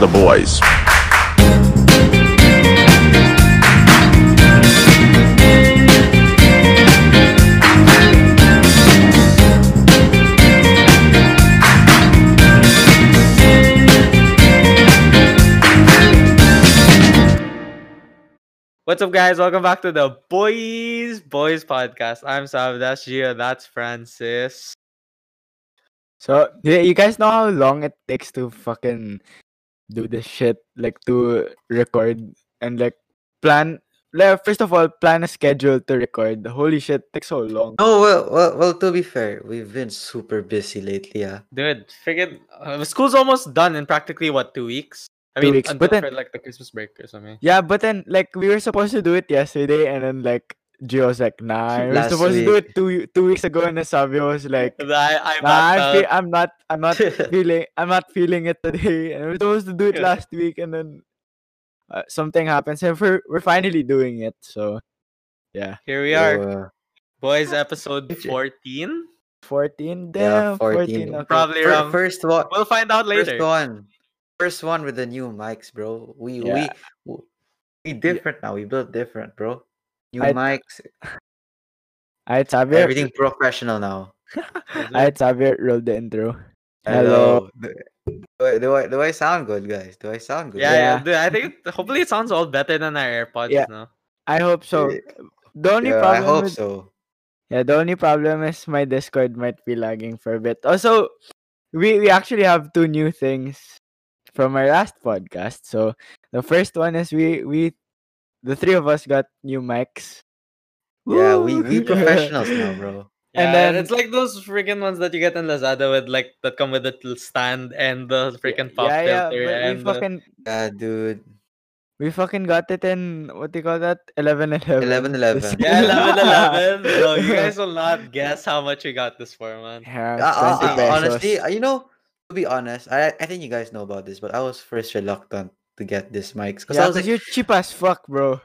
the boys. What's up, guys? Welcome back to the Boys Boys Podcast. I'm Sam. That's Gio. That's Francis. So y- you guys know how long it takes to fucking do this shit, like to record and like plan. Like, first of all, plan a schedule to record. Holy shit, takes so long. Oh well, well, well. To be fair, we've been super busy lately. ah. Yeah, Dude, freaking uh, school's almost done in practically what two weeks? I Two mean, weeks, until but then- for, like the Christmas break or something. Yeah, but then like we were supposed to do it yesterday, and then like Gio was like, "Nah, we were Last supposed to do week. it two two weeks ago," and then Savio was like, And I, I "Nah, I'm, backed fe- I'm not, I'm not feeling, I'm not feeling it today." And we were supposed to do it Yeah. last week, and then uh, something happens, and we're we're finally doing it. So yeah. out. Here we are, So, uh, boys. Episode Shit. fourteen. 14 damn Yeah, 14, okay. 14. Probably fir- around. first one, um, We'll find out first later. one, first one with the new mics, bro. We we Yeah. w- we different now. We built different, bro. New I- mics, alright Xavier everything professional now. alright Xavier roll the intro Hello. Hello. Do, do I, do I do I sound good, guys? Do I sound good? Yeah, yeah. Yeah. Dude, I think hopefully it sounds all better than our AirPods Yeah. now. I hope so Yeah, the only yeah, I problem hope with- so. yeah the only problem is my discord might be lagging for a bit also we we actually have two new things from our last podcast so the first one is we we the three of us got new mics Yeah, we we Woo! professionals now, bro. Yeah, And and then- it's like those freaking ones that you get in Lazada with like that come with the little stand and the freaking pop yeah, yeah, filter but and uh, we the- fucking Yeah, dude. we fucking got it in what do you call that 11 11 11 11. Yeah, Yeah. 11 11. Bro, you guys will not guess how much we got this for, man. Yeah, Uh, uh, 20 uh, pesos. honestly, uh, you know, to be honest, I I think you guys know about this, but I was first reluctant to get this mics because Yeah, I was 'cause like, you're cheap as fuck, bro.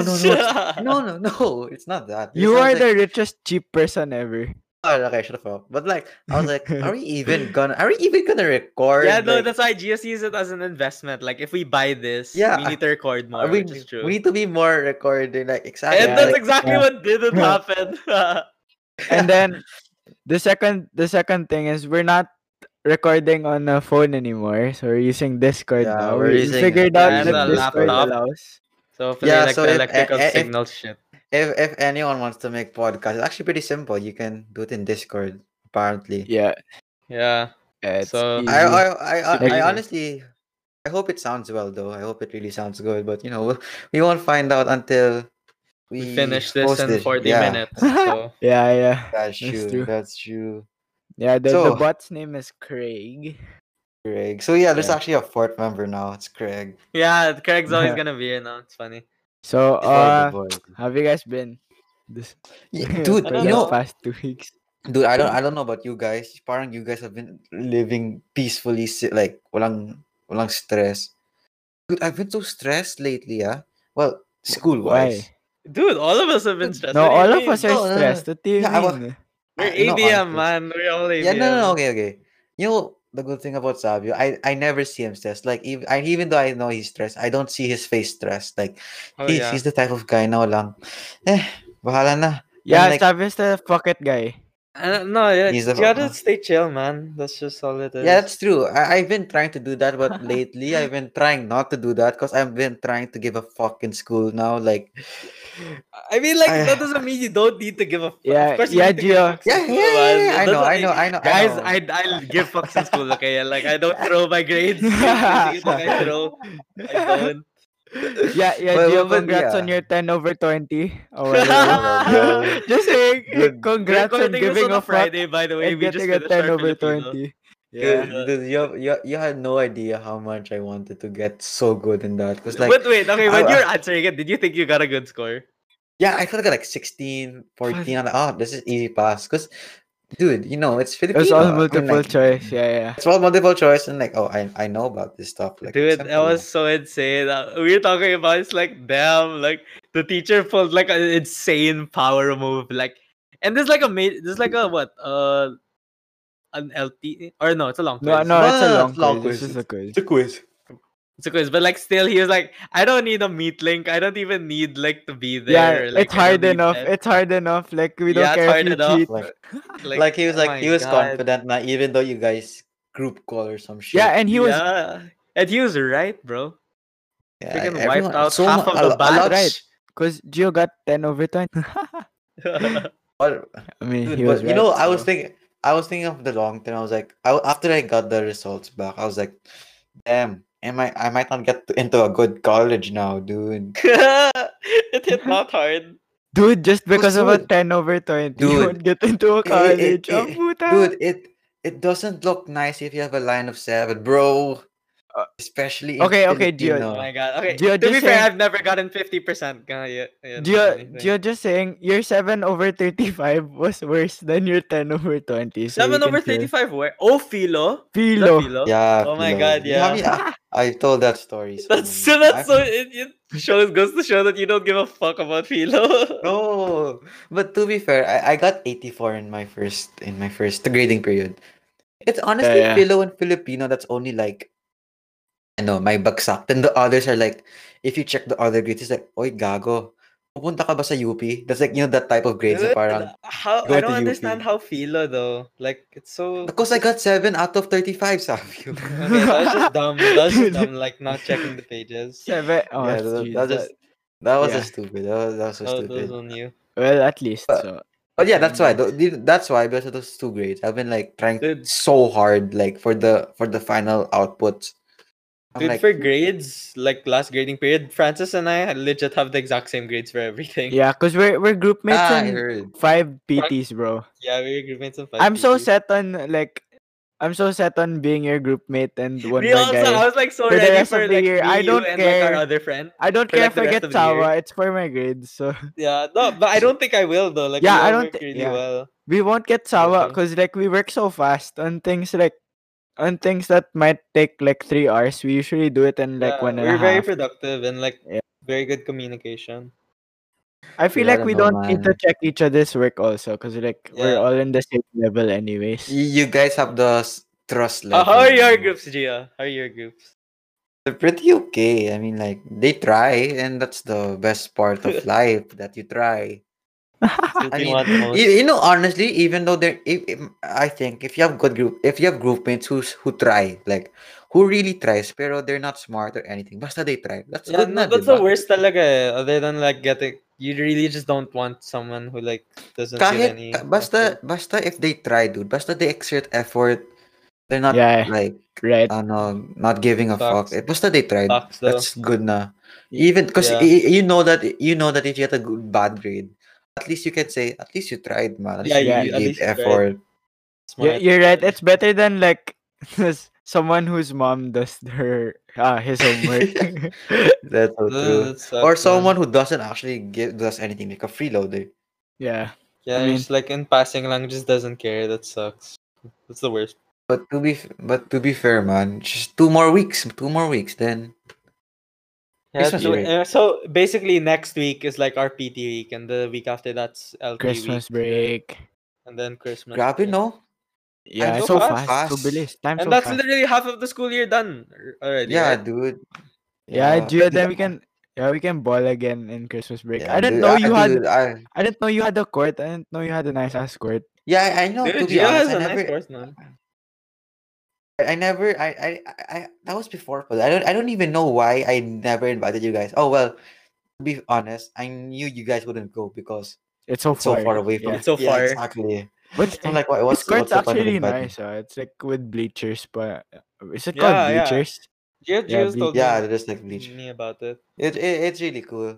no, no, no, no, no, it's not that. You are the richest cheap person ever. the Oh, okay, shut the fuck up. But like, I was like, are we even gonna? Are we even gonna record? Yeah, no, Like, that's why GS sees it as an investment. Like, if we buy this, Yeah, we need to record more, are we, which is true. we need to be more recording, like exactly. and Yeah, that's like, exactly yeah. what didn't happen. And then the second the second thing is we're not recording on a phone anymore, so we're using Discord Yeah, now. we're We using figured out And that a Discord laptop. allows. so, hopefully, Yeah, like so the if- electrical eh, eh, if- signal shit. if if anyone wants to make podcast, it's actually pretty simple. You can do it in Discord. Apparently, Yeah, Yeah. it's So- I easy. I I, I, Like- I honestly. I hope it sounds well though. I hope it really sounds good, but you know, we'll, we won't find out until we, We finished this post in 40 Yeah, minutes. So. yeah, yeah, That's That's true. true. That's true. yeah. The, the So- bot's name is Craig. Craig. So yeah, there's Yeah. actually a fourth member now. It's Craig. Yeah, Craig's always Yeah. gonna be here now. It's funny. So, It's all uh, the boys. have you guys been? This Yeah, dude, I don't for you the know, past two weeks. dude, I don't, I don't know about you guys. Parang you guys have been living peacefully, si- like walang, walang stress. Dude, I've been so stressed lately. Yeah. Well, school Why? wise. Dude, all of us have been stressed. What No, do you all of mean? us are No, no, no. stressed. What do you Yeah, I wa- mean? We're I- ADM, no, honestly. man. We're all ADM. Yeah. No, no, no. Okay, okay. You know the good thing about Savio, I, I never see him stressed. Like even, I, even though I know he's stressed, I don't see his face stressed. Like Oh, he's, yeah. he's the type of guy now lang. Eh, bahala na. Yeah, like- Savio's the pocket guy. Uh, no, yeah, He's you the- gotta stay chill, man. That's just all it is. Yeah, that's true. I, I've been trying to do that, but lately I've been trying not to do that because I've been trying to give a fuck in school now. Like, I mean, like I- that doesn't mean you don't need to give a. Fuck. Yeah, of course you yeah, need to give Gio. fucks in yeah, yeah, school, yeah, man. yeah, I That know, I doesn't- know, I know. Guys, I I I'll give fucks in school. Okay, yeah, like I don't throw my grades. I throw. I don't. Yeah, yeah, Well, Gio, well, well, congrats on yeah. your 10 over 20. Or know. whatever. Oh, well, Just saying, Good. We're congrats on recording this giving on a a fuck Friday, by the way. and We just getting finished a 10 our over Filipino. 20. Yeah. dude, dude, you, have- you, you had no idea how much I wanted to get so good in that. Because, like, But wait, okay, when I- you're answering it, did you think you got a good score? yeah, I could have got like 16, 14. I'm like, oh, this is easy pass. Because, dude, you know, it's It Filipino. was all I mean, multiple like, choice. Yeah, yeah. It's all multiple choice, and like, oh, I, I know about this stuff. Like, Dude, that simple. was so insane. Uh, we were talking about it's like damn, like the teacher pulled like an insane power move, like, and there's like a ma- there's like a what uh an LT or no, it's a long No, quiz. no, it's a No, long it's long quiz. quiz. This is a quiz. a quiz. it's a quiz, but like still, he was like, I don't need a meet link. I don't even need like to be there. yeah, like, it's I don't hard need enough. that." It's hard enough. Like we don't Yeah, it's care hard if you enough. cheat. Like, like, he was oh like my he was God. confident na even though you guys group call or some shit. yeah, and he was yeah. and he was right, bro. Yeah, freaking wiped everyone- out half of mu- a the lo- a batch. lot- Right. because Gio got ten overtime. What, I mean, Dude, he but was. you know, right, I was so- thinking, I was thinking of the long term. I was like, I, after I got the results back, I was like, damn, am I? I might not get to- into a good college now, dude. it hit not hard. dude, just because of a good. ten overtime, you Dude. won't get into a Eh, eh, eh, college. Ang eh, puta. Dude, it it doesn't look nice if you have a line of seven, bro. Uh, Especially in okay, okay, Gio. Oh Filipino. my god. Okay. to Gio, be just fair, saying- I've never gotten 50% gonna yet. yet Gio, anything. Gio just saying your 7 over 35 was worse than your 10 over 20. so you 7 over can chill. 35 where? Oh, Philo. Is that Filo. Philo? Yeah. Oh my Pilo. God, You know how yeah. many- I, I told that story. so That's many so that's so times. it, it shows goes to show that you don't give a fuck about Philo. No, but to be fair, I, I got 84 in my first in my first grading period. It's honestly yeah. Philo and Filipino that's only like I know my bagsak. Then the others are like if you check the other grades, it's like, oy gago. Pupunta ka ba sa UP? That's like you know that type of grades na Dude, parang how go I to don't UP. understand how Philo though. Like it's so because I got 7 out of 35 sabi ko. okay, that's just dumb. That's just dumb, like not checking the pages. Seven. Oh, yeah, that, jeez, that's that- just that was yeah. just stupid. That was, that was so Oh, stupid. those on you. well, at least. But- so. But yeah, that's why. tho- the- That's why because of those two grades, I've been like trying Dude. so hard, like for the for the final output. I'm Dude, like, for grades, like last grading period, Francis and I legit have the exact same grades for everything. Yeah, because we're, we're group mates ah, I in heard. five PTs, bro. Yeah, we were groupmates in five. I'm so PTs. set on, like, I'm so set on being your group mate and one We more also, guy. I was like so For the ready rest for of the like year, me, I don't you, and like care. our other friend. I don't for, like, care if the I rest get of the year. Sawa. It's for my grades. So Yeah, no, but I don't think I will though. Like, we Yeah, I all don't work thi- really yeah. well. we won't get Sawa Okay. because, like, we work so fast on things like. On things that might take like three hours, we usually do it in Yeah, like one and we're a very half. productive and like Yeah. very good communication. I feel Yeah, I like we don't don't know, need to check each other's work also, cause like we're Yeah. all in the same level anyways. Y- You guys have the s- trust Uh, level. how are your you know. groups, Gia? How are your groups? They're pretty okay. I mean, like they try, and that's the best part of life that you try. Who do I you mean, want the most? you, you know, honestly, even though they're, if, if- I think if you have good group, if you have groupmates who who try, like who really tries, pero they're not smart or anything. Basta they try. That's Yeah, good. no, na, that's diba? the worst talaga eh, Other than like getting, you really just don't want someone who like doesn't feel Kahit, any. ka- basta, basta if they try, dude. Basta they exert effort. They're not yeah, like, right. ano, not giving a Sucks. fuck. Eh, Basta they tried. Sucks, though. That's good na. Even because Yeah. you know that you know that if you had a good bad grade, at least you can say at least you tried, man. At least Yeah, you yeah, really at gave least you tried. effort. You're, smart. you're right. It's better than like this- someone whose mom does her ah his homework. That's so Ugh, true. that sucks, Or man. someone who doesn't actually give does anything, like a freeloader. yeah, Yeah, I mean- just like in passing lang, just doesn't care. That sucks. That's the worst. But to be f- but to be fair, man, just two more weeks, two more weeks, then Yeah, Christmas so, break. uh, so basically, next week is like our PT week, and the week after that's LT week, Christmas break. and then Christmas. grabe break. no. Yeah, so so fast. fast, so Fast. bilis. Time And so that's fast. literally half of the school year done al- already. Yeah, right? dude. yeah, Gio, then we Yeah. can yeah we can ball again in Christmas break. Yeah, I didn't dude, know you had dude, I, I didn't know you had a court. I didn't know you had a nice ass court. yeah, I know. to Dude, be Gio honest, has I a never, nice course now. I never, I, I, I, I, that was before. But I don't, I don't even know why I never invited you guys. Oh well, to be honest, I knew you guys wouldn't go because It's so it's so far. far away from. yeah. It's so yeah, far. Exactly. But I'm like, what, what's, This court's what's the point of actually inviting? nice. Uh, it's like with bleachers, but uh, is it Yeah, called yeah. bleachers? Gio, Yeah, Gio's be- told Yeah, me, there's like bleach. me about it. It, it it's really cool,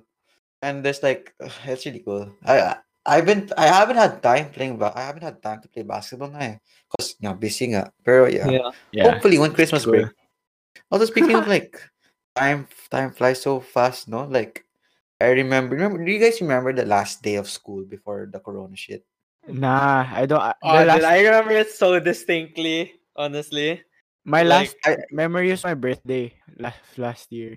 and there's like it's really cool. I I- I've been I haven't had time playing, but I haven't had time to play basketball now. Cause you know, busy nga. Pero yeah, hopefully when Christmas cool. break. Also speaking of like time, time flies so fast, no? Like I remember. Remember? Do you guys remember the last day of school before the Corona shit? Oh, Nah, I don't. I Oh, the dude, last, I remember it so distinctly. Honestly, my like- last memory is my birthday last last year.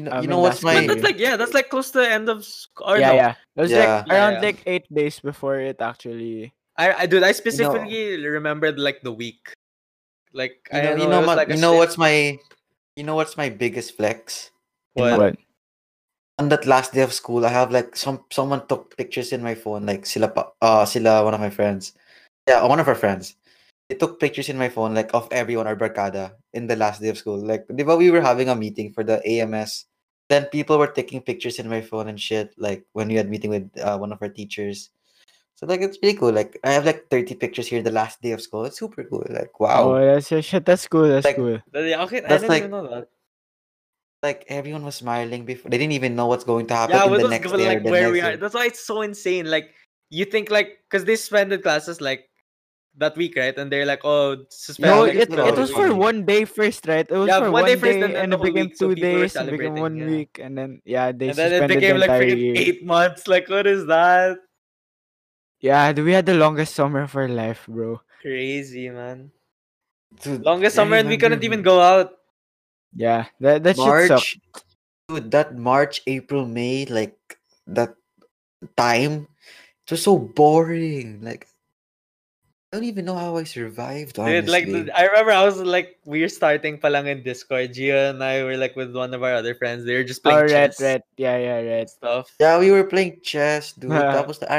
You know, I you mean, know what's But last But my Wait. that's like yeah, that's like close to the end of. sc- Or Oh, yeah, no. yeah. It was like Yeah. around Yeah. like eight days before it actually. I, I dude, I specifically remembered like the week. Like I you know, don't you know, it was ma- like a you know si- what's my You know what's my biggest flex? What? What? on that last day of school, I have like some someone took pictures in my phone, like sila pa- uh sila one of my friends, yeah, one of our friends. They took pictures in my phone, like of everyone our barkada in the last day of school. Like, di ba we were having a meeting for the AMS, then people were taking pictures in my phone and shit. Like when we had meeting with uh, one of our teachers, so like it's pretty cool. Like I have like thirty pictures here the last day of school. It's super cool. Like Oh, wow, that's shit. That's cool. That's Like- cool. Yeah, okay, I That's didn't like- even know that. like everyone was smiling before. They didn't even know what's going to happen Yeah, in what the was next given, day. or like the where we next are. day. That's why it's so insane. Like you think like because they suspended classes like that week, right? And they're like, oh, suspended. No, Yeah, it, I think it's it was for one probably- day first, right? It was Yeah, for one one day day, first and and, then the it whole became week, so two people were days, it became celebrating, one yeah. week, and then yeah, they and then it suspended became the like entire freaking year. eight months. Like, what is that? Yeah, dude, we had the longest summer of our life, bro. Crazy, man. Dude, Longest I summer, and we couldn't remember- even go out. Yeah, that that shit sucked. March, dude, that March, April, May, like that time, it was so boring. Like, I don't even know how I survived. Honestly, Dude, like th- I remember, I was like, we were starting palang in Discord. Gia and I were like with one of our other friends. They were just Oh, playing right, chess right. Yeah, yeah, and right. stuff. yeah, we were playing chess, dude. that was the, I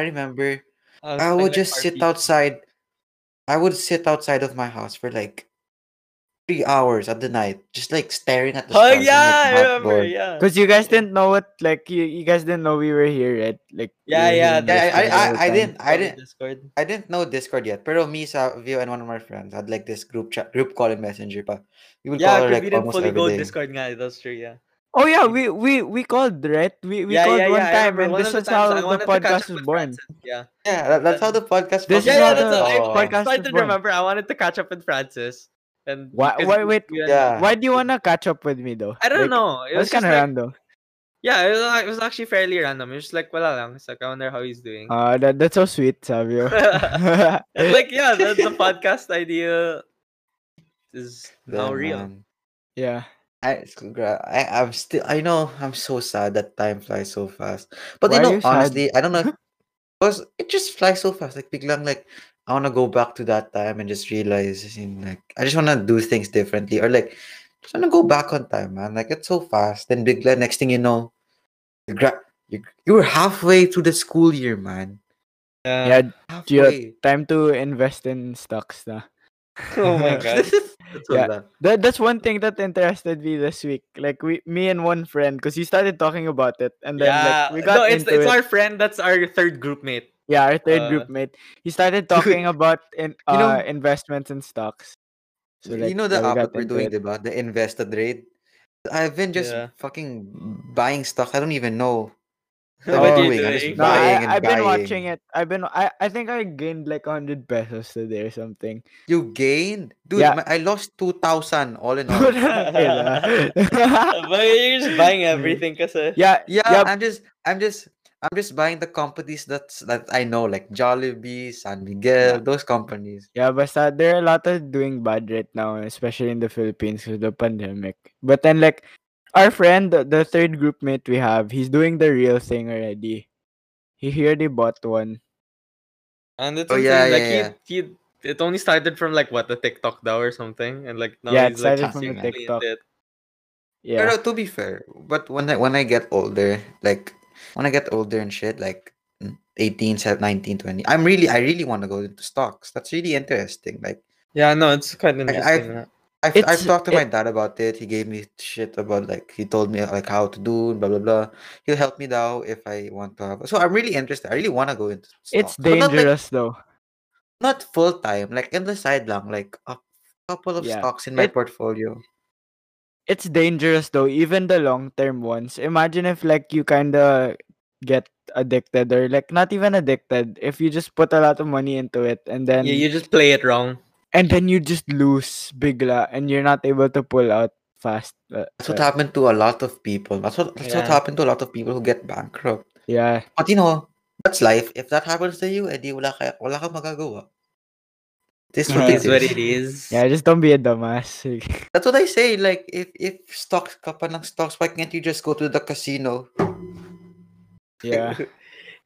I, remember. was I playing, would like, just sit RPG. outside. I would sit outside of my house for like three hours at the night, just like staring at the Oh stars. and, like, yeah, I not remember. bored. Yeah. Cause you guys didn't know what, like, you, you guys didn't know we were here, right? Like, we Yeah, were yeah, here in Yeah, I, Discord all I, the I, I time. didn't, I Probably didn't, Discord. I didn't know Discord yet, pero me, Savio, and one of my friends had like this group chat, group call in Messenger pa. We would Yeah, call her because like we didn't almost fully every go day. Discord. Nga, eh, that's true. Yeah. Oh yeah, we we we called, right? We we yeah, called yeah, one yeah, I time, remember. and One this of is times how I the wanted to catch up podcast was with born. friends and- Yeah. Yeah, that, that's how the podcast. This was is Yeah, how yeah, born. the that's I Oh. podcast started to was born. remember. I wanted to catch up with Francis, and Why- because why- wait, we went- Yeah. Why do you wanna catch up with me though? I don't Like, know. It was That's kind kind of like, random. Yeah, it was, like- it was actually fairly random. It was just like, wala lang. It's like, I wonder how he's doing. Uh, that, that's so sweet, Savio. And, like, yeah, the, the podcast idea is now Damn, Oh, real. man. yeah. I, it's good, gra- I, I'm still. I know. I'm so sad that time flies so fast. But Why you are know, you sad? honestly, I don't know. if- Cause it just flies so fast. Like biglang, like I wanna go back to that time and just realize, as in, like I just wanna do things differently, or like just wanna go back on time, man. Like it's so fast. Then biglang, next thing you know, you gra- you you were halfway through the school year, man. Yeah. Yeah. Halfway. Time to invest in stocks na. Oh my god. That's so Yeah. bad. That that's one thing that interested me this week. Like we, me and one friend, because he started talking about it, and then yeah. like we got no, it's, into it's it. our friend. That's our third group mate. yeah, our third uh, group mate. He started talking about in You know- uh, investments and stocks. So, you like, know the yeah, we app got that we're into doing, it. diba? The invested rate. I've been just Yeah. fucking buying stuff. I don't even know. Oh, what are wait, you I just doing? No, I, buying and I've been buying. watching it. I've been. I, I think I gained like hundred pesos today or something. You gained, dude. Yeah. my- I lost two thousand all in all. yeah, but you're just buying everything kasi. yeah, yeah, Yup. I'm just, I'm just, I'm just buying the companies that's that I know, like Jollibee, San Miguel, those companies. yeah. Basta there are a lot of doing bad right now, especially in the Philippines with the pandemic. But then like our friend, the, the third group mate we have, he's doing the real thing already. He already bought one. And it's Oh, insane. yeah, like yeah, yeah. He, he, it only started from like what the TikTok DAO or something, and like now Yeah, it he's like started from the consistently into TikTok. it. Yeah. Pero to be fair, but when I when I get older, like when I get older and shit, like mm, 18, 17, 19, 20, I'm really I really want to go into stocks. That's really interesting. Like Yeah, no, it's quite interesting. interesting, I, I've, I've It's- talked to my it- dad about it. He gave me shit about like he told me like how to do and blah blah blah. He'll help me now if I want to have. So I'm really interested. I really want to go into. It's stocks, but not, like, dangerous though. not full time, like in the side lang, like a couple of Yeah. stocks in my It- portfolio. it's dangerous though even the long term ones imagine if like you kind of get addicted or like not even addicted if you just put a lot of money into it and then you, you just play it wrong. and then you just lose bigla and you're not able to pull out fast uh, That's what uh, happened to a lot of people. That's what that's what Yeah. happened to a lot of people who get bankrupt. yeah But you know, that's life. If that happens to you, edi wala ka wala kang magagawa. This is what Yeah. it It's what it is. is. yeah just don't be a dumbass That's what I say. Like if if stocks ka pa ng stocks, why can't you just go to the casino? yeah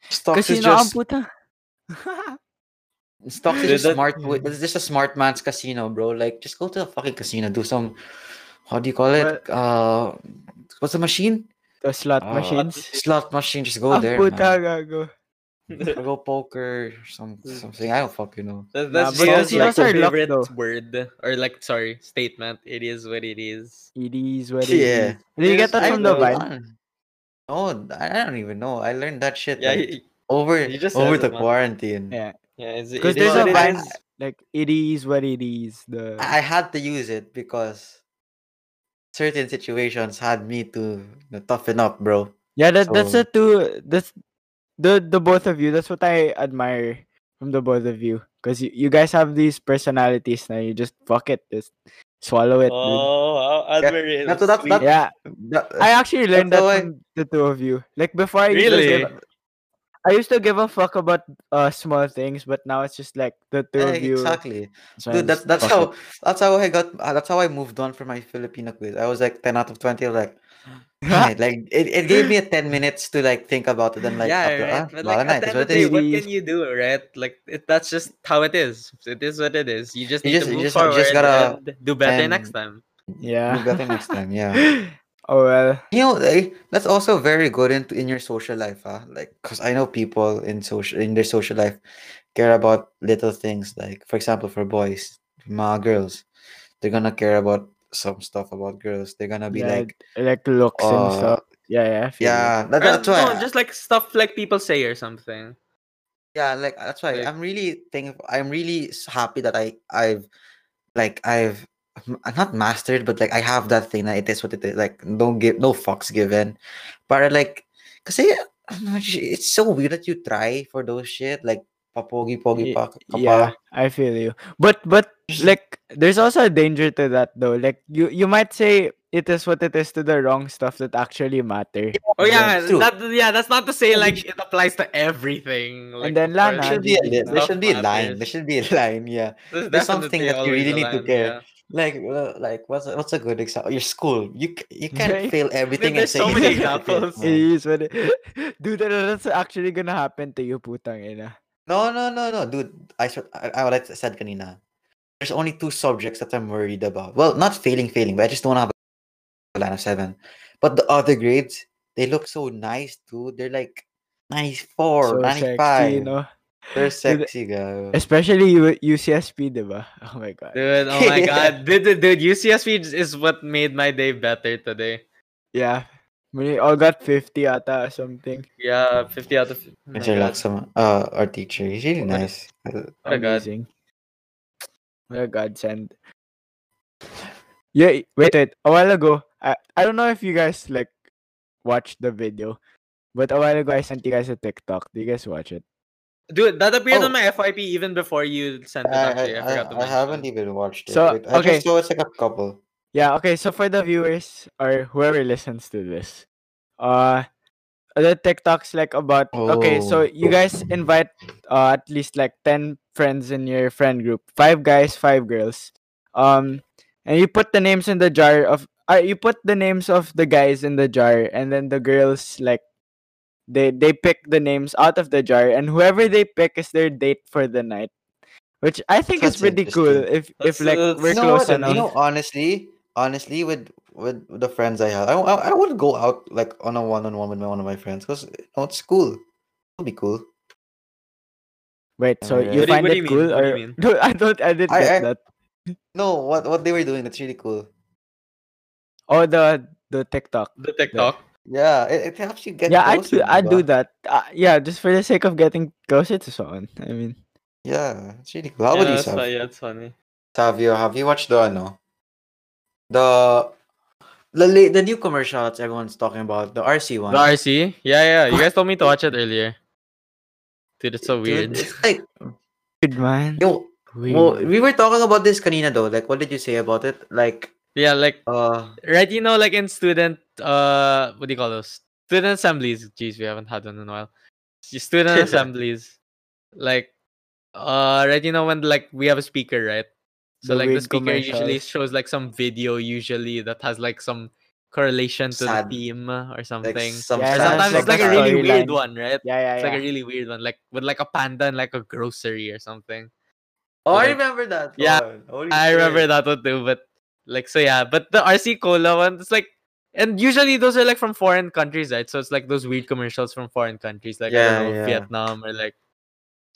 Stocks kasi is no ang just puta stocks Dude, is just that- smart. It's just a smart man's casino, bro. Like just go to the fucking casino, do some how do you call it? Uh, what's the machine? The slot Uh, machines. Slot machine. Just go Ang there. puta man. gago. Go poker, some Mm. something. I don't fucking know. That's, Nah, that's but Gio's, those- like, those are luck, favorite though. word or like sorry statement. It is what it is. It is what it Yeah. is. Did you get that I from the don't vine? know. No, I don't even know. I learned that shit Yeah, like, he- over he just over says it, the man. quarantine. Yeah. yeah. it's- Because it is there's what it a vine. is. Like it is what it is. The I I had to use it because certain situations had me to you know, toughen up, bro. yeah, that, that's So- the two. That's the the both of you. That's what I admire from the both of you. Because you, you guys have these personalities now. You just fuck it, just swallow it. dude. Oh, how Yeah, admirable. that's- that's- sweet. that's- yeah, That- I actually learned that's that how I- from the two of you. Like before, I used to really. give, I used to give a fuck about uh small things, but now it's just like the two yeah, of you. exactly, so I dude. That's just that's fuck how that's how I got. uh, That's how I moved on from my Filipino quiz. I was like ten out of twenty. Like, it. "Huh," like it, it gave me a ten minutes to like think about it and like yeah, after, right. "Ah, but like wala na, at the end it is of what the it day, is." what is. can you do, right? Like it, that's just how it is. It is what it is. You just need You just- to you move just- you forward just gotta- and do better and- next time. Do yeah. better next time. Yeah. oh well. You know, eh, that's also very good in in your social life, huh? Like, cause I know people in social in their social life care about little things. Like, for example, for boys, mga girls, they're gonna care about some stuff about girls. They're gonna be yeah, like, like looks and uh, stuff. Yeah, yeah. I feel you. yeah, that, Or that's why. no, just like stuff like people say or something. yeah, like that's why like- I'm really thankful. I'm really s- happy that I I've like I've m- uh, not mastered, but like I have that thing that it is what it is. Like don't give no fucks given, but like because it's so weird that you try for those shit like papogi pogi Ye- pa kapa. Yeah, I feel you. But but like there's also a danger to that though. Like you you might say it is what it is to the wrong stuff that actually matter. Oh Yeah, yeah, it's true. that, yeah. That's not to say Yeah, like it applies to everything. Like, then of course, Lana, Nah, There should these be things a, li- there stuff should be a line. There matters. should be a line. Yeah, there's something definitely that you always really a need to line, care. yeah. like uh, like what's a, what's a good example? Your school. You c- you Right. can't fail everything. and there's say so it many is what it is, examples. man. It is what it, dude. That, that's actually gonna happen to you, putang ina. No, no, no, no, dude. I should. I, I like I said kanina. There's only two subjects that I'm worried about. Well, not failing, failing, but I just don't have a line of seven. But the other grades, they look so nice, dude. They're like 94, so 95. sexy, you know. They're Dude, sexy, guy. Especially U- UCSP, diba? Oh my god. Dude, oh my Yeah. god, dude, dude, dude, UCSB is- is what made my day better today. Yeah, we all got fifty ata or something. Yeah, 50 out of. Oh my Mr. God. Laksam, uh, our teacher, he's really What? nice. Uh, What a god. Amazing. What a godsend. Yeah, wait, wait. A while ago, I, I don't know if you guys like watched the video, but a while ago I sent you guys a TikTok. Do you guys watch it? Dude, that appeared on Oh. my FYP even before you sent it. I, Actually, I, I, forgot to I, I mention. haven't even watched it. So, Wait, I okay. just saw it's like a couple. Yeah, okay, so for the viewers or whoever listens to this, uh the TikTok's like about okay, so Oh. you guys invite uh at least like ten friends in your friend group. Five guys, five girls. Um and you put the names in the jar of uh, you put the names of the guys in the jar and then the girls like they they pick the names out of the jar and whoever they pick is their date for the night. Which I think is That's pretty cool interesting. if if That's- like that's- we're uh, you know close what? enough. You know, honestly, honestly, with with the friends I have, I, I, I would go out like on a one on one with my, one of my friends because you know, it's cool. It'll be cool. Wait, so Alright. you What do- find Uh, what do it you mean? cool What do or you mean? no? I don't. I didn't I- get I- that. No, what what they were doing, that's really cool. Oh, the the TikTok. The TikTok. Yeah, it, it helps you get. yeah, I closer, do. I do diba? that. Uh, yeah, just for the sake of getting closer to someone. I mean, Yeah, it's really cool. How about yeah, you, that's Sav? why- yeah, it's funny. Savio? Have you watched the no? The the la- the new commercial that everyone's talking about, the RC one. The RC? Yeah, yeah. You guys told me to watch it earlier. Dude, it's so Dude, weird. It's like good man. yo. Well, we were talking about this kanina though. Like, what did you say about it? Like, Yeah, like uh, right, you know, like in student uh what do you call those? Student assemblies. Jeez, we haven't had one in a while. S- Student assemblies. Like uh right, you know, when like we have a speaker, right? So The like the weird speaker usually commercials. shows like some video usually that has like some correlation to Sad. the theme or something. like some Yeah, or sad sometimes stuff it's like a that really weird one, storyline. right? yeah, yeah, It's yeah. like a really weird one, like with like a panda and like a grocery or something. Oh, I Like- remember that. Yeah, one. Holy I remember shit. that one too, but Like so, yeah. But the RC Cola one, it's like, and usually those are like from foreign countries, right? So it's like those weird commercials from foreign countries, like I Yeah, don't know, yeah. Vietnam or like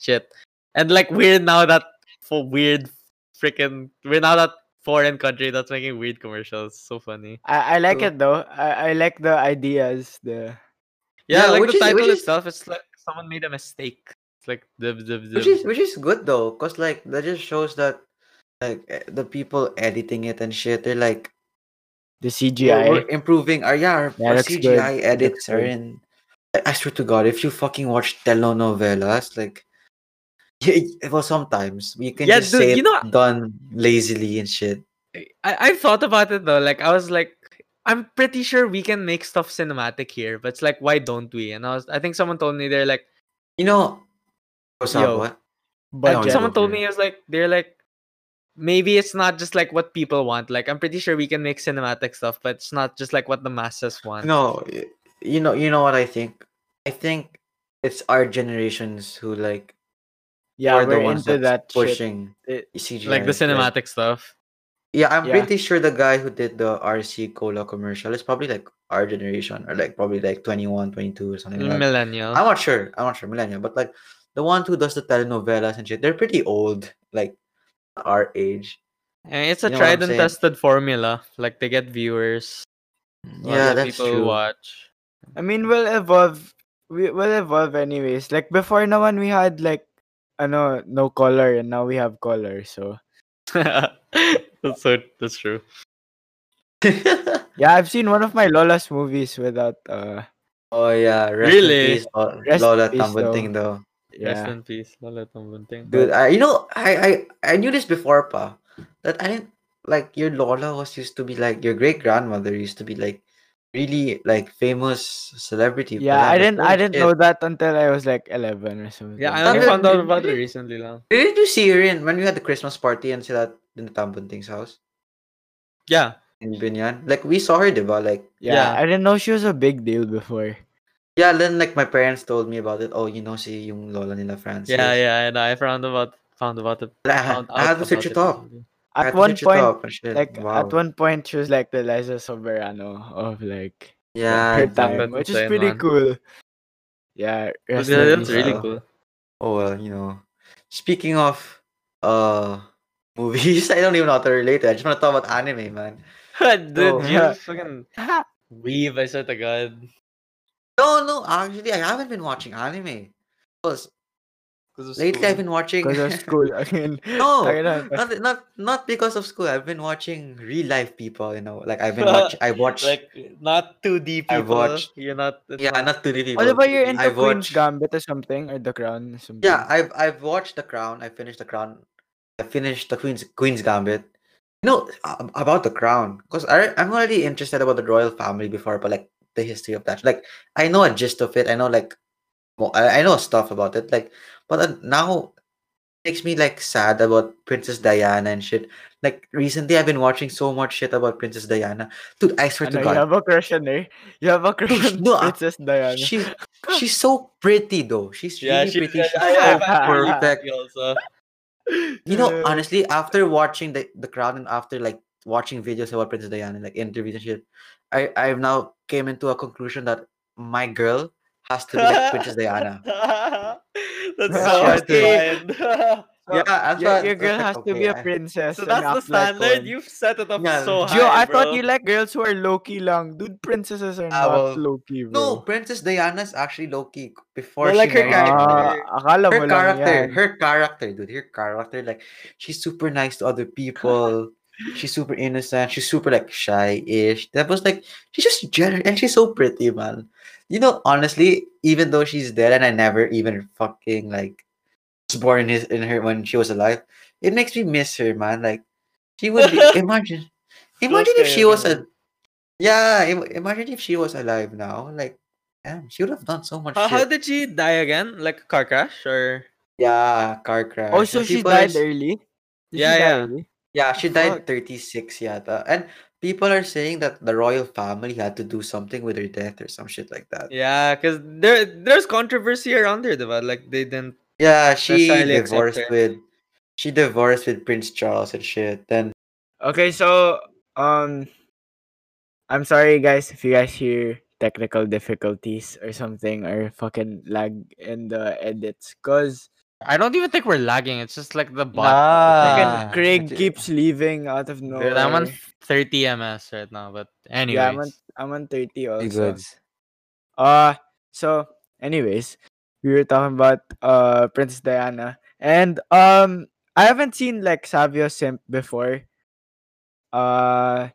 shit. And like weird now that for weird freaking we're now that foreign country that's making weird commercials. So funny. I, I like True. it though. I, I like the ideas. The Yeah, Yeah, like which the is- title which is- itself, it's like someone made a mistake. It's like dub dub dub. which is which is good though because like that just shows that like eh, the people editing it and shit they're like the "We're- CGI. we're improving our yeah our, Yeah, our looks good. cgi Looks edits are good. in I, I swear to god if you fucking watch telenovelas like yeah, well sometimes you can Yeah, just dude, say you it's know- done lazily and shit I, I thought about it though. Like I was like, I'm pretty sure we can make stuff cinematic here, but it's like, why don't we? And I was, I think someone told me they're like, you know what's up Yo. I what know, think yeah, budget. someone told me it definitely. was like, they're like, maybe it's not just like what people want. Like I'm pretty sure we can make cinematic stuff, but it's not just like what the masses want. no y- you know you know what i think i think it's our generations who like yeah, are we're the ones into that that's shit. pushing It- CGI, like the cinematic stuff. Yeah, I'm Yeah. pretty sure the guy who did the RC Cola commercial is probably like our generation or like probably like 21, 22 or something like that. Millennial. I'm not sure. I'm not sure, millennial. But like the one who does the telenovelas and shit, they're pretty old, like our age. And Eh, it's a You know what I'm tried and saying? tested formula. Like they get viewers. or yeah, the that's people true. watch. I mean, we'll evolve. We will evolve anyways. Like before, naman we had like, ano, no color, and now we have color. So that's so that's true. yeah, I've seen one of my Lola's movies without. uh oh yeah, rest in Really? peace, Lo- Rest in Lola peace, Tambon though. thing though. Rest Yeah, in peace. Lola Tumbunting. Dude, I, you know, I, I I knew this before, pa. That I didn't like your Lola was used to be like your great grandmother used to be like really like famous celebrity. pa. yeah. I was didn't. like, I didn't "Shit." know that until I was like eleven or something. Yeah, I Tang- only found out Really? about it recently lang. Didn't you see her in when we had the Christmas party and sila in the Tambunting's house Yeah. in Binyan? Like we saw her, diba? Like yeah. yeah, I didn't know she was a big deal before. yeah, then like my parents told me about it. Oh, you know, si yung lola nila Francis. Yeah, yeah, and I found about found about it. I, Found I had out to search about it up. recently. I At had to one search it point, up and shit. like Wow. at one point, she was like the Liza Soberano of like yeah, her dude. time, that's which is insane, pretty man. cool. Yeah, But rest yeah, in that's peace, really though. cool. Oh well, you know. Speaking of uh movies, I don't even know how to relate it. I just want to talk about anime, man. Dude, Oh, you yeah. fucking weave, I swear to god. No, no, actually, I haven't been watching anime. Because lately I've been watching. Because of school again. No, Tangina, pa- not not not because of school. I've been watching real life people. You know, like I've been watching. I watch. Like not too deep I people. watched- You're not it's yeah, not- not to the people. Oh, diba you're into I've Queen's watched- Gambit or something? Or The Crown or something? Yeah, I've I've watched The Crown. I finished The Crown. I finished the Queen's Queen's Gambit. You know a- about The Crown because I'm already interested about the royal family before, but like the history of that. Like I know a gist of it. I know like mo- I I know stuff about it. Like but uh, now it makes me like sad about Princess Diana and shit. Like recently, I've been watching so much shit about Princess Diana, dude. I swear Ano, to you God, have a crush on her? You have a crush on No, ah, Princess Diana? she's she's so pretty though. She's yeah, really she, pretty. yeah, She's yeah, so I've had her perfect. also. You know, honestly, after watching the the crowd and after like watching videos about Princess Diana, like interviews and shit, I I've now came into a conclusion that my girl has to be like Princess Diana. that's so Yeah, she has hard to- Yeah, I Your, thought- your girl like, has to okay, be a I- princess. So and that's the act like standard. one. You've set it up Yeah. so high. Yo, I thought bro. you like girls who are low key long. Dude, princesses are Ah, not well, low key, bro. No, Princess Diana's actually low key before No, she like her married character. Ah, akala mo her lang character, yan. her character, dude, her character, like she's super nice to other people. she's super innocent. She's super like shy-ish. That was like she's just generous and she's so pretty, man. You know, honestly, even though she's dead and I never even fucking like was born in his, in her when she was alive, it makes me miss her, man. Like she would be, imagine, imagine if kayo, she was a ganun. yeah, im- imagine if she was alive now, like. Damn, she would have done so much How, how shit. did she die again? Like a car crash or? Yeah, car crash. Oh, And so she people died are- early? Did she Yeah, die yeah. early? Yeah, she Fuck. died 36 yata. And people are saying that the royal family had to do something with her death or some shit like that. Yeah, Yeah, because there there's controversy around her, diba? Like they didn't. she highly accepted. divorced with she divorced with Prince Charles and shit. Then Okay, so Um, I'm sorry, guys, if you guys hear technical difficulties or something or fucking lag in the edits, cause I don't even think we're lagging. It's just like the Nah. bot. fucking Ah, Craig that's it. keeps leaving out of Dude, nowhere. I'm on 30 ms right now, but anyways. Yeah, I'm on, I'm on 30 also. goods. Uh so anyways, we were talking about uh Princess Diana. And um I haven't seen like Savio Simp before. Uh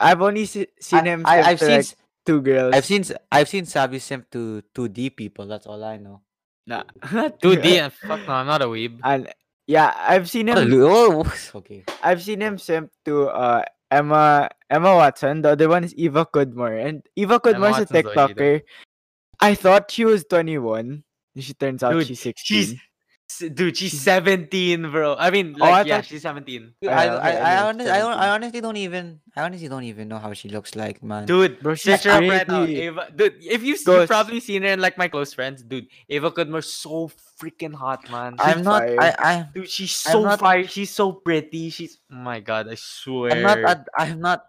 I've only se- seen him I, simp have to, seen like, two girls. I've seen I've seen Savvy Simp to 2D people. That's all I know. nah, 2D and fuck no, I'm not a weeb. and yeah, I've seen What a him lo- oh, okay. I've seen him simp to uh Emma Emma Watson. The other one is Eva Cudmore. And Eva Cudmore's a Watson's already there. TikToker. I thought she was 21. She turns out Dude, she's she's 16. S- Dude, she's 17, bro. I mean, Oh, like, I yeah, thought- she's 17. Dude, Yeah, I, okay, I, I, anyway, honest, I, don't, I 17. honestly don't even I honestly don't even know how she looks like, man. Dude, Bro, she's search her up right now. pretty. Ava, dude, if you've, Gosh. you've probably seen her in like my close friends, dude, Ava Cudmore's so freaking hot, man. I- I'm not fire. I, I dude, she's I'm so not- fire. She's so pretty. She's oh my god, I swear. I'm not ad- I'm not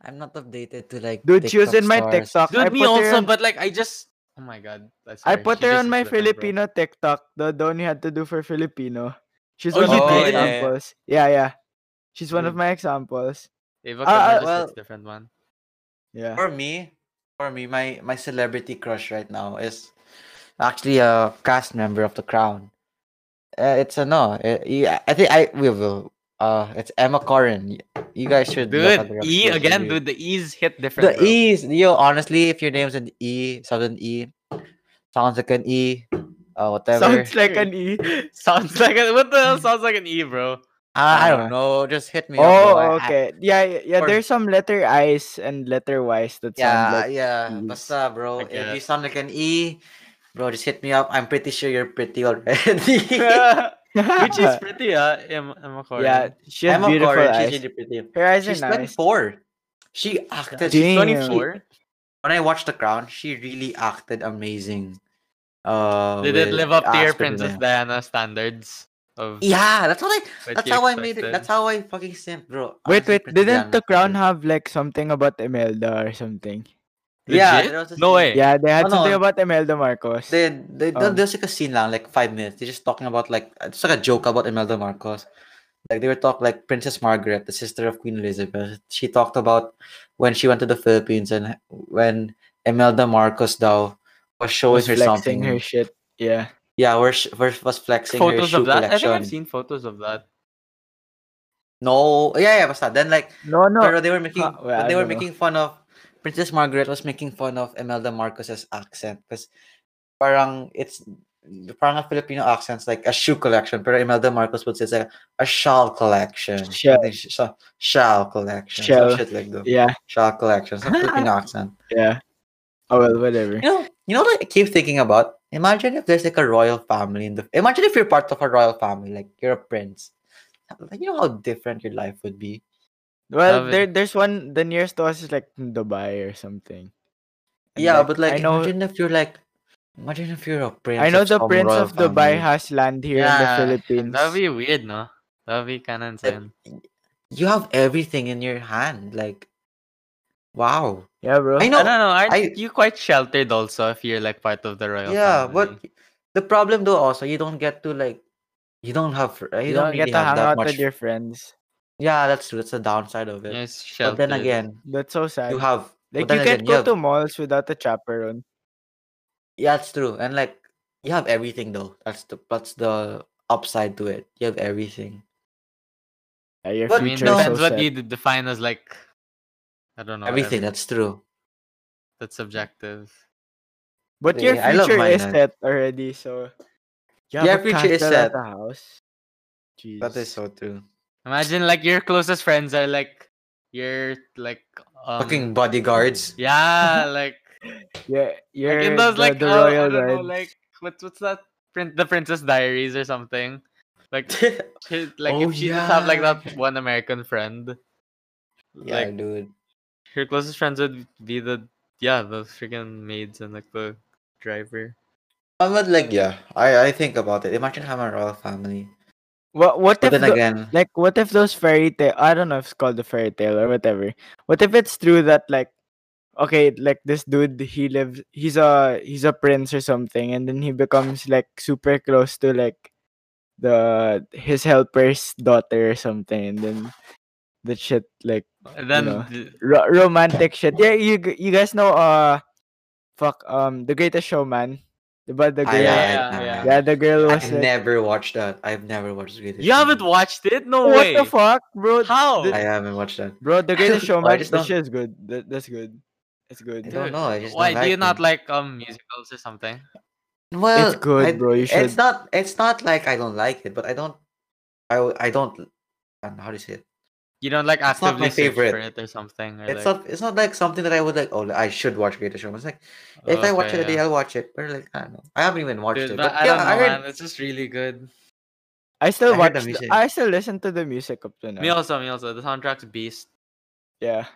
I'm not updated to like Dude, she was in my stars. TikTok. dude, I me put her also, on- but like I just oh my god, that's I put her on my Filipino TikTok, the, the one you had to do for Filipino. She's Oh, one you did? of my Yeah, yeah. examples. Yeah, yeah. She's one of Dude. my examples. Ava Ah, ah, Cudmore just well- looks different, man. Yeah. For me, for me, my my celebrity crush right now is actually a cast member of The Crown. Uh, it's a no. uh, yeah, I think I we will. Uh, it's Emma Corrin. Y- You guys should look at Dude, her. E She is again, really- dude. The E's hit different. The bro. E is yo. Honestly, if your name's an E, sounds an E, sounds like an E, uh, whatever. Sounds like an E. sounds like a, what the hell sounds like an E, bro. I, I don't know. Just hit me. up, bro. I- Oh, I- okay. Yeah, yeah, yeah. Or- There's some letter I's and letter Y's that sound Yeah, like yeah. E's. Basta, bro. If you guess. sound like an E, bro, just hit me up. I'm pretty sure you're pretty already. Which is pretty, uh, Emma, Emma Corrin. yeah. She has Emma beautiful Corrin, eyes. She's really pretty. Her eyes She's are nice. 24. She acted. Damn. 24. She's 24. When I watched The Crown, she really acted amazing. Uh, Did it with live up to your Aspen and Princess all. Diana standards? Of Yeah, that's what I. what That's you how I made it. expected? That's how I fucking simp, bro. Wait, wait. Didn't the crown house? have like something about Imelda or something? Yeah, Legit? there was this no thing- way. Yeah, they had Oh, no. something about Imelda Marcos. They, they, Um, there's like a scene lang, like five minutes. They're just talking about like it's like a joke about Imelda Marcos. Like they were talking like Princess Margaret, the sister of Queen Elizabeth. She talked about when she went to the Philippines and when Imelda Marcos daw was showing was her flexing something. her shit. Yeah. Yeah, where she where was flexing her Photos shoe of that? I collection. think I've seen photos of that. No, yeah, yeah, basta. Then like, No, no. pero they were making, Ah, well, but I they were don't know. making fun of Princess Margaret was making fun of Imelda Marcos's accent because parang it's parang a Filipino accent's like a shoe collection, pero Imelda Marcos would say it's like a shawl collection, Shell. something sh- sh- shawl collection, Shell. some shit like that. Yeah, Shawl collection, some Filipino accent. yeah. Oh well, whatever. You know, you know what I keep thinking about? Imagine if there's like a royal family in the. Imagine if you're part of a royal family, like you're a prince. Like, you know how different your life would be. Well, Love it. there, there's one. The nearest to us is like in Dubai or something. And, Yeah, but like I know, imagine if you're like imagine if you're a prince. I know of the some prince royal of Dubai family. has land here Yeah, in the Philippines. That'd be weird, no? That'd be kind of insane. you have everything in your hand. Like wow. Yeah, bro. I I know don't know. Aren't I- you quite sheltered also if you're like part of the royal yeah, family? but the problem though also you don't get to like you don't have fr- you, You, don't, don't, really get to have hang that out much. with your friends. Yeah, that's true. That's the downside of it. Yeah, it's but sheltered. then again, That's so sad. you have like but you then can't again, go have- to malls without a chaperone. Yeah, it's true. And like you have everything though. That's the that's the upside to it. You have everything. Yeah, your But I mean, future no- is depends so what sad. you d- define as like. I don't know. everything, every- that's true. that's subjective. But your Yeah, I love future mine, is man. set already, so yeah. Your future is set. The house. Jeez. That is so true. Imagine like your closest friends are like your like um, Fucking bodyguards. yeah like Yeah, you're like in those the, like the uh, royal I don't know, guard. like what's what's that print the Princess Diaries or something like she, like Oh, if she just have like yeah. that one American friend yeah, like dude. her closest friends would be the yeah the freaking maids and like the driver Um, I'm not like yeah. I I think about it. Imagine having a royal family. What what if But then tho- again, like what if those fairy tale I don't know if it's called a fairy tale or whatever. What if it's true that like okay, like this dude he lives he's a he's a prince or something and then he becomes like super close to like the his helper's daughter or something and then the shit like And then know. th- ro- romantic shit. Yeah, you g- you guys know uh fuck um the greatest showman. But the I- girl, yeah, yeah, I- I- yeah. I- the girl was I've like, never watched that. I've never watched Greatest you haven't Showman. watched it? No what way. the fuck, bro? Oh, How? I haven't watched that. Bro, the greatest Well, I showman. just That don't- shit is good. That, that's good. It's I good. Dude, don't know. I just Why don't do you like not them. like um musicals or something? Well, it's good, I- bro. You It's should. not. It's not like I don't like it, but I don't. I w- I don't. and How do you say it? You don't like It's actively not my search for favorite. it or something. Or It's like, not. It's not like something that I would like. Oh, I should watch Greatest Showman. It's like if I watch it Okay, a day, I'll watch it. But like I don't know. I haven't even watched Dude, it. but But I yeah, don't know, I heard. man. It's just really good. I still I heard watch. the The music. I still listen to the music up to now. Me also, me also. The soundtrack's beast. Yeah.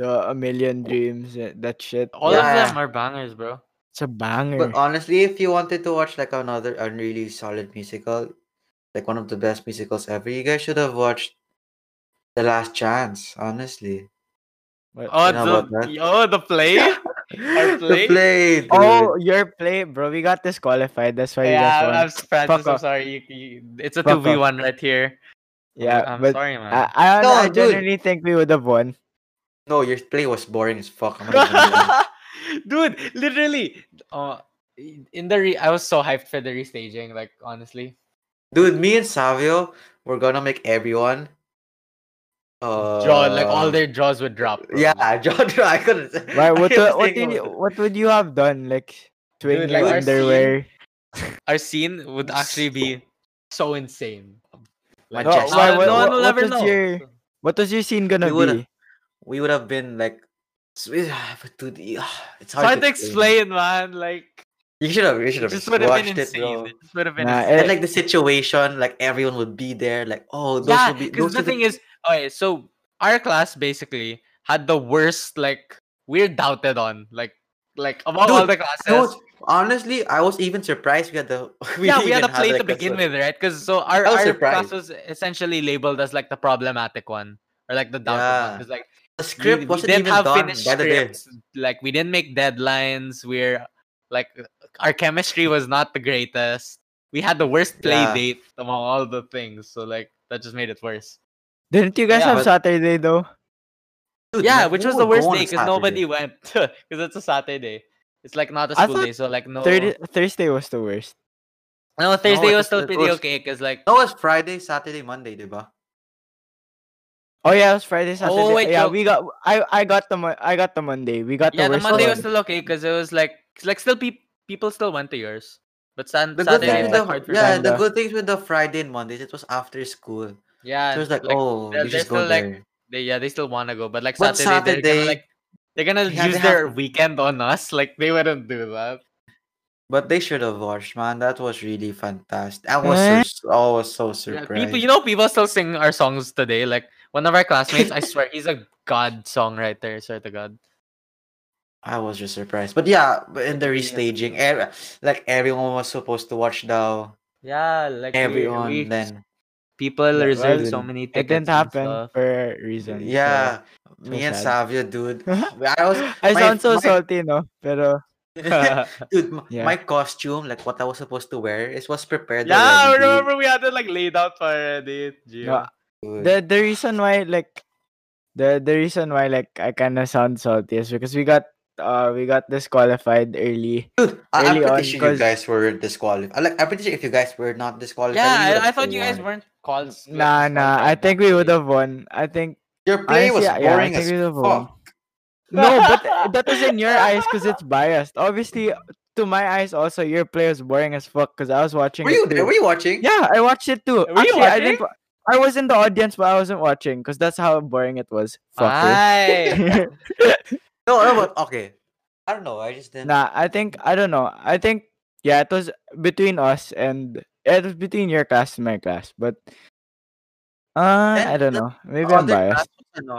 The A Million Dreams. uh, That shit. All Yeah. of them are bangers, bro. It's a banger. But uh, honestly, if you wanted to watch like another a really solid musical, like one of the best musicals ever, you guys should have watched The Last Chance. Honestly, But- Oh, know about the, that? yo, the play? the play? play. Dude. oh, your play, bro. We got disqualified. That's yeah, why you I'm, just won. I'm Francis. Fuck I'm off. sorry. You, you, it's a Fuck two v one right here. yeah, I'm but sorry, man. I, I, No, I dude. genuinely think we would have won. no, your play was boring as fuck. I'm not even gonna lie. dude literally uh, in the re- i was so hyped for the restaging like honestly Dude, me and Savio, we're gonna make everyone. Uh, jaw like all their jaws would drop bro. Yeah, jaw dry. I couldn't. Right? What, I the, was what, thinking did you, about it. what would you have done? Like, swing Dude, like, your our scene- underwear. our scene would actually be so insane My no, chest. Why, no, what- no one what- will what ever was know your- What was your scene gonna We would've- be? We would have been like. s- but Dude, yeah, it's it's hard to explain. explain man like You should have. You should it have just just would have been watched it, insane bro. it just would have been Nah, insane. And like the situation, like everyone would be there. Like, oh, those yeah would be. because Those the would be- thing is okay so our class basically had the worst like we're doubted on like like among all Dude, the classes No, honestly, I was even surprised we had the. We uh, yeah, we had even a play to like, a begin sort- with, right? Because so our, I was our class surprised. was essentially labeled as like the problematic one or like the doubted one. Yeah. Because like The we- script we, wasn't didn't even have done finished by the day. scripts. Like we didn't make deadlines. We're like our chemistry was not the greatest. We had the worst play Yeah. date among all the things. So like that just made it worse. Didn't you guys Yeah, have but- Saturday though? Dude, yeah, like, which who was the would worst go on a day because Saturday? nobody went because it's a Saturday. It's like not a I school day, thought so like no. Third Thursday was the worst. No, Thursday it was was- still it pretty was- okay because like No, it was Friday, Saturday, Monday, diba? Oh yeah, it was Friday, Saturday. wait, yeah, yo- we got I I got the Mon- I got the Monday. We got Yeah, the the worst. Monday one. was still okay because it was like it's like still peop people still went to yours, but San- The good Saturday was thing with like the hard for yeah, some. the Sunday. good things with the Friday and Mondays, it was after school. So yeah. it was like, like, oh, they're- you just they're go still, like, there. they, yeah, they still want to go, but like But Saturday, they're gonna Saturday- like they're gonna Yeah, they use have their weekend on us. Like they wouldn't do that. But they should have watched, man. That was really fantastic. I was so, Eh? s- I was so Yeah, surprised. people, you know, people still sing our songs today. Like one of our classmates, I swear, he's a god songwriter. I swear to God. I was just surprised. But yeah, but in the Yeah. restaging, er, like everyone was supposed to watch now. Yeah, like Everyone then. people Yeah, reserved so well, many tickets. It didn't and happen stuff. for a reason. so- Yeah. so me and sad. Savio, dude. I was I my- sound so my- salty, no? Pero dude, m- Yeah. my costume, like what I was supposed to wear, it was prepared. yeah, already, dude. remember we had it like laid out already. Gio. Dude. the the reason why like the the reason why like I kind of sound salty is because we got uh we got disqualified early. Dude, I, early am on, pretty sure because- you guys were disqualified. Like, I'm pretty sure if you guys were not disqualified, you Yeah, would've I, I thought you guys won. weren't called. s- like, Nah, nah. I disqualified think back we in the would day. have won. I think Your play was honestly, yeah, I boring think we as would have won. fuck. No, but uh, that was in your eyes because it's biased. Obviously, to my eyes, also your play was boring as fuck because I was watching. Were it you too. there? Were you watching? Yeah, I watched it too. Were you Actually, I didn't. wa- I was in the audience, but I wasn't watching because that's how boring it was. Fucker. Aye. No, no, but okay. I don't know. I just didn't. nah, I think I don't know. I think yeah, it was between us and it was between your class and my class, but uh, And I don't the know. Maybe I'm other biased. class was ano,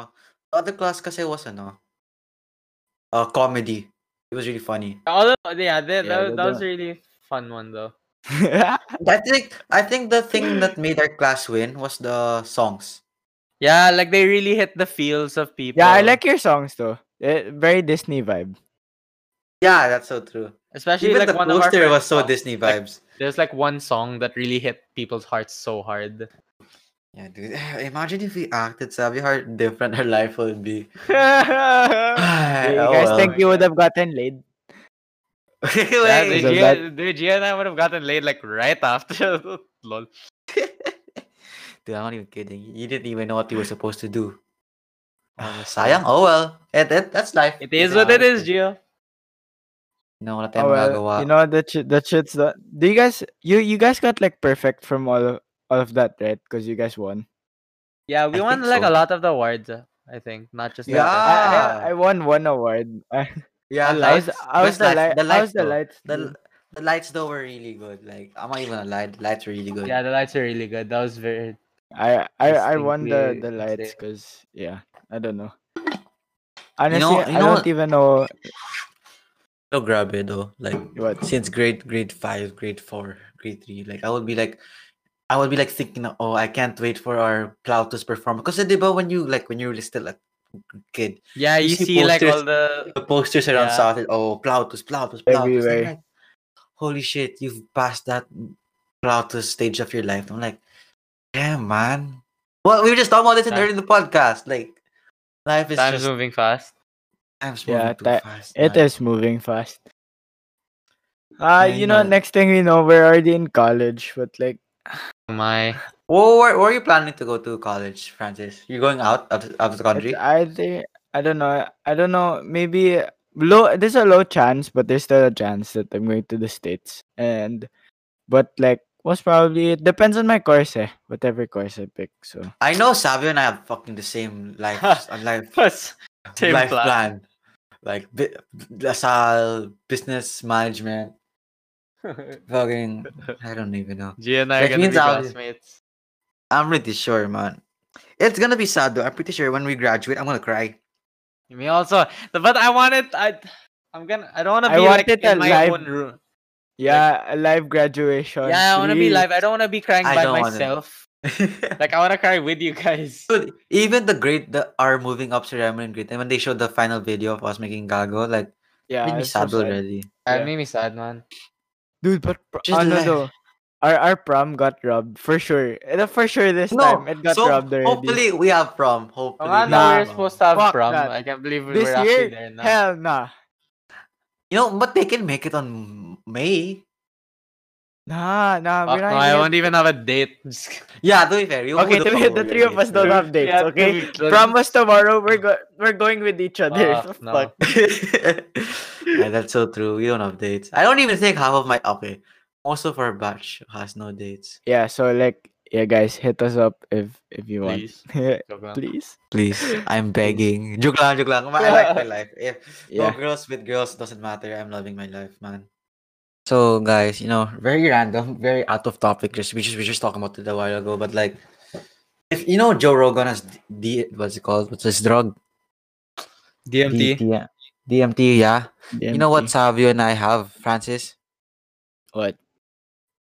the other class kasi was ano, uh, comedy. It was really funny. Although, yeah, that, Yeah, that, the- that was the- really fun one though. I think I think the thing that made our class win was the songs. Yeah, like they really hit the feels of people. Oh. yeah, I like your songs though. Eh, very Disney vibe. Yeah, that's so true. especially Even like the one of our poster friends' was so songs. Disney Like, vibes. there's like one song that really hit people's hearts so hard. Yeah, dude. Imagine if we acted, sabi how different our life would be. Do you guys Oh, think well. you would have gotten laid? Yeah, Wait, dude, so Gia, dude, Gia and I would have gotten laid like right after. Lol. Dude, I'm not even kidding. You didn't even know what you were supposed to do. Ah, Honestly. Sayang. Oh well. Eh, that- that's life. It is what it is, Gia. No, Oh, wala tayong well, magagawa. you know that shit, that shit's the. Do you guys you you guys got like perfect from all of, all of that right? Because you guys won. Yeah, we I won think like a so. lot of the awards. uh, I think not just Like, Yeah. I- I, I Ah. won one award. I, I yeah, was lights- I was best the lights- light. the I lights was the though. lights. The, dude. l- the lights though were really good. Like I'm not even gonna lie, the lights were really good. yeah, the lights are really good. That was very I I I won the distinctly the lights insane. because yeah, I don't know. Honestly, I you know don't what- even know So grabe though. Like what. since grade grade five, grade four, grade three, like I would be like I would be like thinking, oh, I can't wait for our Plautus performance. Because diba when you like when you were still a kid, yeah. You, You see see like all posters. the the posters around Yeah. South, oh Plautus, Plautus, Plautus. I'm Everywhere. like, Holy shit, you've passed that Plautus stage of your life. I'm like, damn man. Well, we were just talking about this in Time- during the podcast. Like life is times just moving fast. time's moving Yeah, too ti- fast. It man. is moving fast. Uh, I you know, know. next thing we know, we're already in college, but like, My Where, where, where are you planning to go to college, Francis? You're going out of, the- of the country? it's uh, either I don't know, I don't know, maybe low. There's a low chance, but there's still a chance that I'm going to the states. And but like, most probably it depends on my course, eh? Whatever course I pick. So I know Savio and I have fucking the same life uh, life first Same life plan. plan. Like bi- LaSalle, business management, fucking I don't even know. Gia and I are That gonna be means I'll- classmates. I'm pretty sure, man. It's gonna be sad though. I'm pretty sure when we graduate, I'm gonna cry. Me also, but I want it. I I'm gonna. I don't want to I be want like it in my alive. own room. yeah, a live graduation. Yeah, I want to be please. live. I don't want to be crying I by don't wanna- myself. Like I want to cry with you guys. Dude, even the grade, the our moving up ceremony in grade, and when they showed the final video of us making gago, like Yeah, made me it's so sad sad. already. That Yeah. made me sad, man. Dude, but pr- Just oh, no, like- though. Our, our prom got robbed for sure. Eh, For sure this time it got so robbed already. hopefully we have prom. Oh, Hopefully, man, Nah. we we have were prom. supposed to have Fuck prom. that. I can't believe we this were actually year, there now. hell nah, You know, but they can make it on May. nah, nah. Fuck we're no, not Uh, I even- won't even have a date. Just kidding. Yeah, to be fair, you Okay, would to be, have the already three of us don't been. have dates. Yeah, to Okay, be done. prom was tomorrow. We're go- we're going with each other. Ah, Fuck, no. Fuck. yeah, that's so true. We don't have dates. I don't even think half of my okay. Most of our batch has no dates. Yeah. So like, yeah, guys, hit us up if if you want. Please. Please. Joke lang. Please, I'm begging. Joke lang, joke lang. I like my life. If Yeah. no girls with girls doesn't matter. I'm loving my life, man. So guys, you know, very random, very out of topic. Just we just we just talking about it a while ago, but like, if you know Joe Rogan has D, D- what's it called? What's his drug? DMT. DMT. yeah. DMT, yeah. You know what DMT. Savio and I have, Francis? What?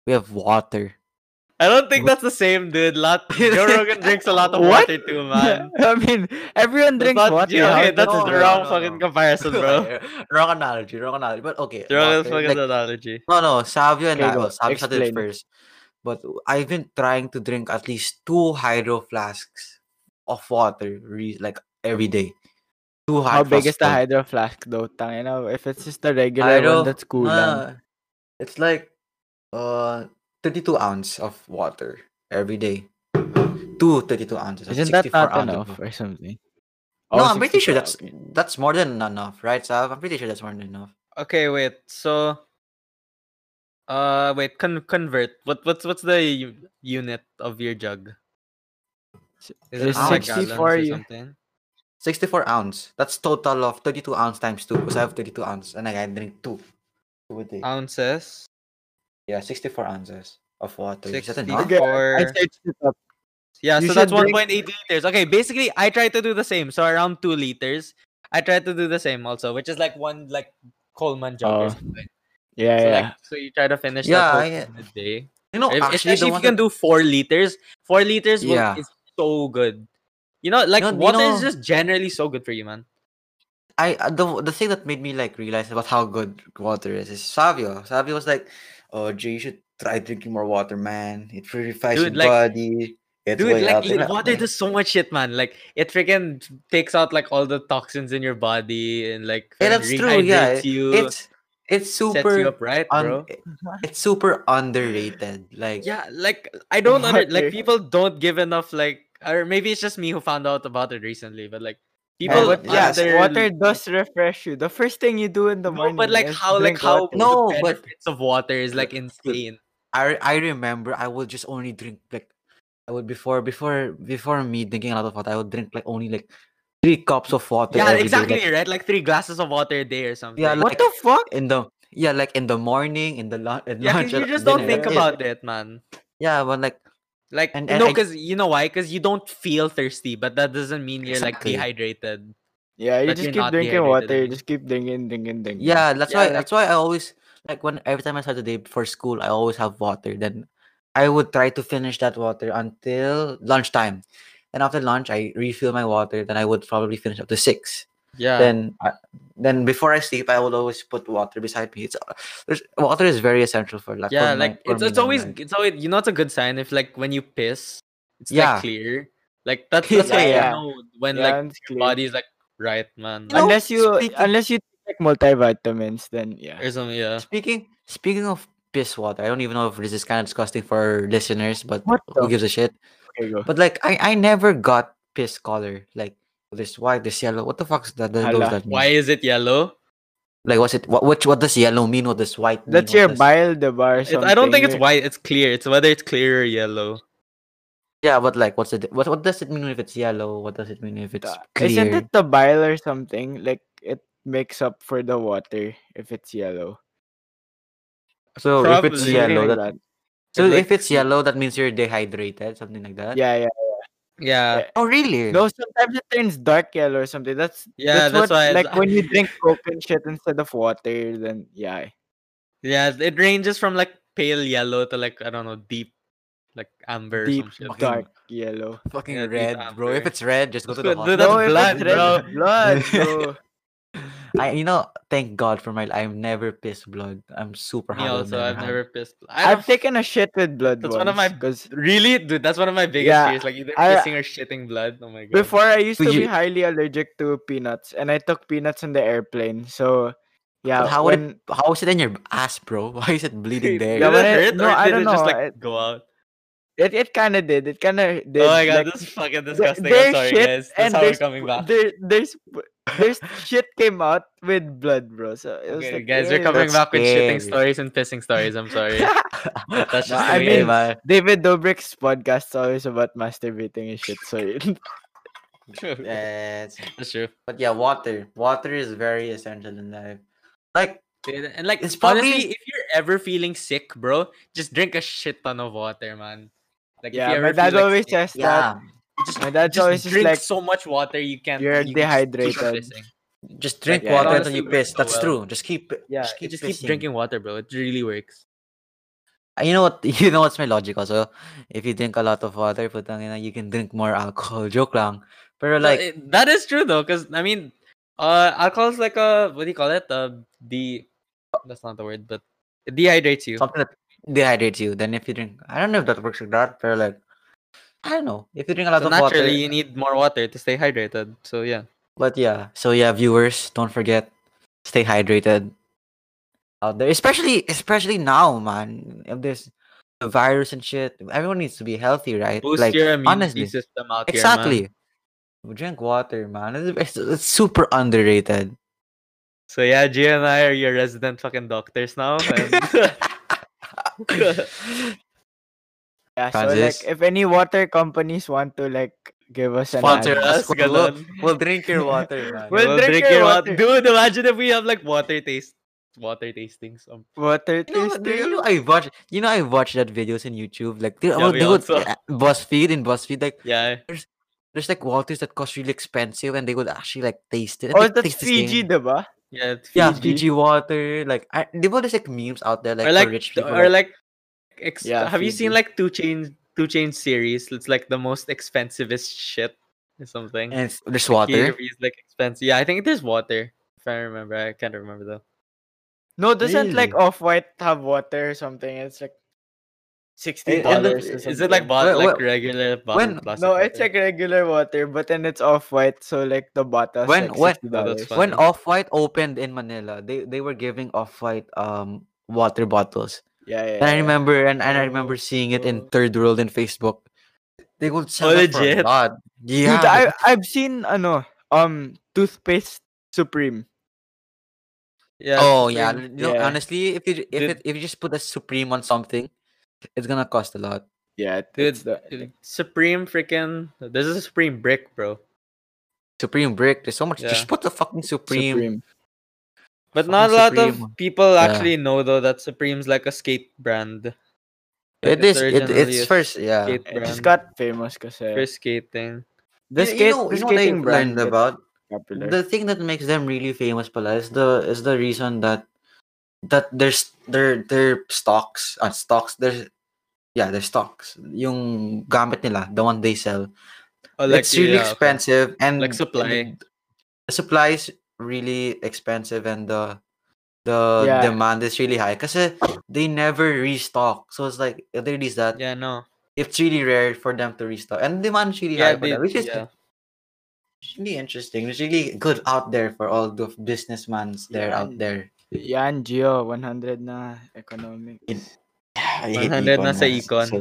We have water. I don't think that's the same, dude. Lot Joe Rogan drinks a lot of What? water too, man. I mean, everyone That's drinks not, water. Gio, how okay, is that's that the no, wrong no, fucking no. comparison, bro. wrong analogy, wrong analogy. But okay. Joe water, fucking like- analogy. no, no, Savio and Okay, I, go, well, Savio started it explain. first. But I've been trying to drink at least two hydro flasks of water, re- like every day. Two How hydro big is the flasks. hydro flask though? Tangina, if it's just the regular Hydro- one, that's cool. lang. Ah, it's like uh 32 ounce of water every day. Two 32 ounces. that's Isn't that 64 not ounces of enough water. or something? no, Oh, I'm pretty 64, sure that's okay. that's more than enough, right? So I'm pretty sure that's more than enough. Okay, wait. So, uh, wait. Con- convert. What? What's? What's the u- unit of your jug? Is It's like 64 gallons u- or something? 64 ounce. That's total of 32 ounce times two because I have 32 ounce and I I drink two. two a day. Ah. Ounces. yeah, 64 ounces of water. Is that enough? Okay, I 64. searched it up. Yeah, so You that's should 1.8 drink- liters. Okay, basically, I try to do the same. So around two liters, I try to do the same also, which is like one like Coleman jug or Oh. something. Yeah, So, yeah. like, so you try to finish Yeah, that I- whole thing in a day. You know, If- actually, the especially if you one can that- do four liters, four liters will, Yeah. is so good. You know, like know- you water is know- just generally so good for you, man. I uh, the the thing that made me like realize about how good water is is Savio. Savio was like, "Oh, Jay, you should try drinking more water, man. It purifies Dude, your like- body. It's Dude, way like up." And li- I- water does so much shit, man. Like it freaking takes out like all the toxins in your body and like freaking Yeah, that's true. Yeah, rehydrates you, it's it's sets super you up right, un- bro. it- it's super underrated. Like Yeah, like I don't under Water. like people don't give enough like or maybe it's just me who found out about it recently, but like Yeah, people but yes, under- water does refresh you. The first thing you do in the no, morning. but like is how like drink how water. No, the but- benefits of water is like insane. I re- I remember I would just only drink like I would before before before me drinking a lot of water. I would drink like only like three cups of water. Yeah, every day, exactly, like, right? Like three glasses of water a day or something. Yeah, What like- the fuck? in the yeah, like in the morning, in the lunch, at yeah, 'cause you lunch, at just don't think dinner, that's it. about it, man. Yeah, but like Like And- and, and no, I- because you know why? Because you don't feel thirsty, but that doesn't mean you're like Exactly. dehydrated. Yeah, you But just you're keep not drinking dehydrated water. You anymore. just keep drinking, drinking, drinking. Yeah, Mm, that's Yeah, why. like- that's why I always like when every time I start the day before school, I always have water. Then I would try to finish that water until lunchtime, and after lunch, I refill my water. Then I would probably finish up to six. Yeah. Then, I, then before I sleep, I would always put water beside me. It's there's, water is very essential for like. uh, for yeah, my- like for it's me it's now, always like- it's always you know it's a good sign if like when you piss, it's Yeah. like clear. Like that's that's Yeah, how yeah. you know when Yeah, like and it's your clear. body's like right, man. You know, unless you speaking- unless you take multivitamins, then yeah. or something, yeah. Speaking speaking of piss water, I don't even know if this is kind of disgusting for listeners, but What who the gives a shit? Okay, go. But like I, I never got piss color. Like this white, this yellow. What the fuck is that? that, Hala. those that mean? Why is it yellow? Like what's it? What which what does yellow mean? What does white? Mean? That's What your does- bile, the bar. It, I don't think it's white. It's clear. It's whether it's clear or yellow. Yeah, but like what's it? What what does it mean if it's yellow? What does it mean if it's clear? Isn't it the bile or something? Like it makes up for the water if it's yellow. so if it's Probably. yellow, Something that, like so Like- if it's yellow, that means you're dehydrated, something like that. that. Yeah, yeah. Yeah, Oh really? No, sometimes it turns dark yellow or something. That's yeah. That's, what, why. like when you drink coke and shit instead of water, then yeah. yeah, it ranges from like pale yellow to like I don't know, deep, like amber. Deep or some shit. Okay. dark yellow. Fucking Yeah, deep red, bro. If amber. it's red, just go to That's the good, dude, hospital. that's blood, it's red, bro. Blood, bro. I you know, thank God for my I've never pissed blood. I'm super Me happy. I've also. I've had- never pissed. I I've have taken a shit with blood That's once, one of my- because really, dude. That's one of my biggest Yeah, fears. Like either I- pissing or shitting blood. Oh my god. before I used But to be you- highly allergic to peanuts, and I took peanuts on the airplane. So yeah, how would it- when How is it in your ass, bro? Why is it bleeding there? did Yeah, it but I- hurt no, or I did don't it just know, like I- go out? it, it kind of did, it kind of did. oh my god, like, this is fucking th- disgusting. I'm there's sorry, shit guys. That's and how we're there's coming back. There, there's there's shit came out with blood, bro. So it was Okay, like, guys, we're "Ew." coming That's back with shitting scary. stories and pissing stories. I'm sorry. That's just the No, I way mean, it is. David Dobrik's podcast is always about masturbating and shit. So yeah, it's- That's true. but yeah, water. Water is very essential in life. Like, Dude, And like, It's it's honestly, probably- if you're ever feeling sick, bro, just drink a shit ton of water, man. Like, if yeah, you my ever dad feel, like, always sick, says that. yeah, just, My dad's just always just drink like, so much water you can't. You're you just keep dehydrated. pissing. just drink yeah, it water until honestly you works piss. so That's well. true. Just keep, Yeah, just keep, Just keep pissing. drinking water, bro. It really works. Uh, You know what? You know what's my logic also. If you drink a lot of water, putang ina, you can drink more alcohol. Joke lang. Pero No, like, it- that is true though, because I mean, uh, alcohol is like a what do you call it? Uh, the that's not the word, but it dehydrates you. something that dehydrates you. Then if you drink, I don't know if that works like that, but like, I don't know. If you drink a lot So of naturally, water, you need more water to stay hydrated. So yeah, but yeah. So yeah, viewers, don't forget, stay hydrated out there, especially especially now, man. If there's the virus and shit, everyone needs to be healthy, right? boost like your immunity honestly, system out here. man. exactly. Drink water, man. It's, it's, it's super underrated. So yeah, Gia and I are your resident fucking doctors now. and- yeah, so Francis? like, if any water companies want to like give us an Sponsor ad, us, Us, we'll, ganun. we'll drink your water, man. We'll drink your water. Dude, imagine if we have like water taste, water tastings. Um, water You know, what, do you tasting. know I watch you know I watch that videos in YouTube like they, Yeah, well, we they would also. uh, BuzzFeed in BuzzFeed like yeah, there's like waters that cost really expensive and they would actually like taste it. and Oh, they that's taste the same. Fiji, diba? Yeah, Yeah, Fiji. Fiji water. Like, I, do you know there's like memes out there like, or for like rich t- people? or like ex- Yeah, have you seen Fiji. like two chain two chain series it's like the most expensivest shit or something and it's- there's Here water. is like expensive yeah i think there's water if i remember i can't remember though No, doesn't like Really? Off White have water or something? It's like sixteen And- and the- dollars. or is it like something. bottle Wh- like wh- regular bottle when- plastic No, it's water? like regular water, but then it's Off White, so like the bottle. When- when- like $60. Oh, that's fine. When Off White opened in Manila, they, they were giving Off White um water bottles. Yeah, yeah. And I yeah. remember and, and I remember Oh, seeing it in oh. Third World and Facebook. They would sell Oh, it for a legit? lot. Yeah, Dude, I I've seen ano um toothpaste Supreme. yeah oh it's yeah. like- You know, yeah. honestly, if you if Did- it, if you just put a supreme on something, it's gonna cost a lot. Yeah, it- Dude, it's the- dude, supreme freaking this is a supreme brick bro Supreme brick. There's so much. Yeah. Just put the fucking supreme. but Fucking not a lot Supreme. of people Yeah. actually know though that supreme's like a skate brand Like, It is. It, originally it's a first. Yeah. skate It just brand. got famous kasi for skating the You- skate you know, the you know what I skating brand learned got about popular. the thing that makes them really famous pala is the is the reason that that there's their their stocks uh, stocks their yeah their stocks yung gamit nila the one they sell oh, like, it's yeah, really okay. expensive and Like supply. and the supply is really expensive and the the Yeah. demand is really high because they never restock so it's like if they release that yeah no it's really rare for them to restock and demand is really yeah, high for they- that, which is yeah. really interesting. It's really good out there for all the businessmans there out Yan. there. Yan Gio 100 na economic. I 100 na sa ah. econ. So,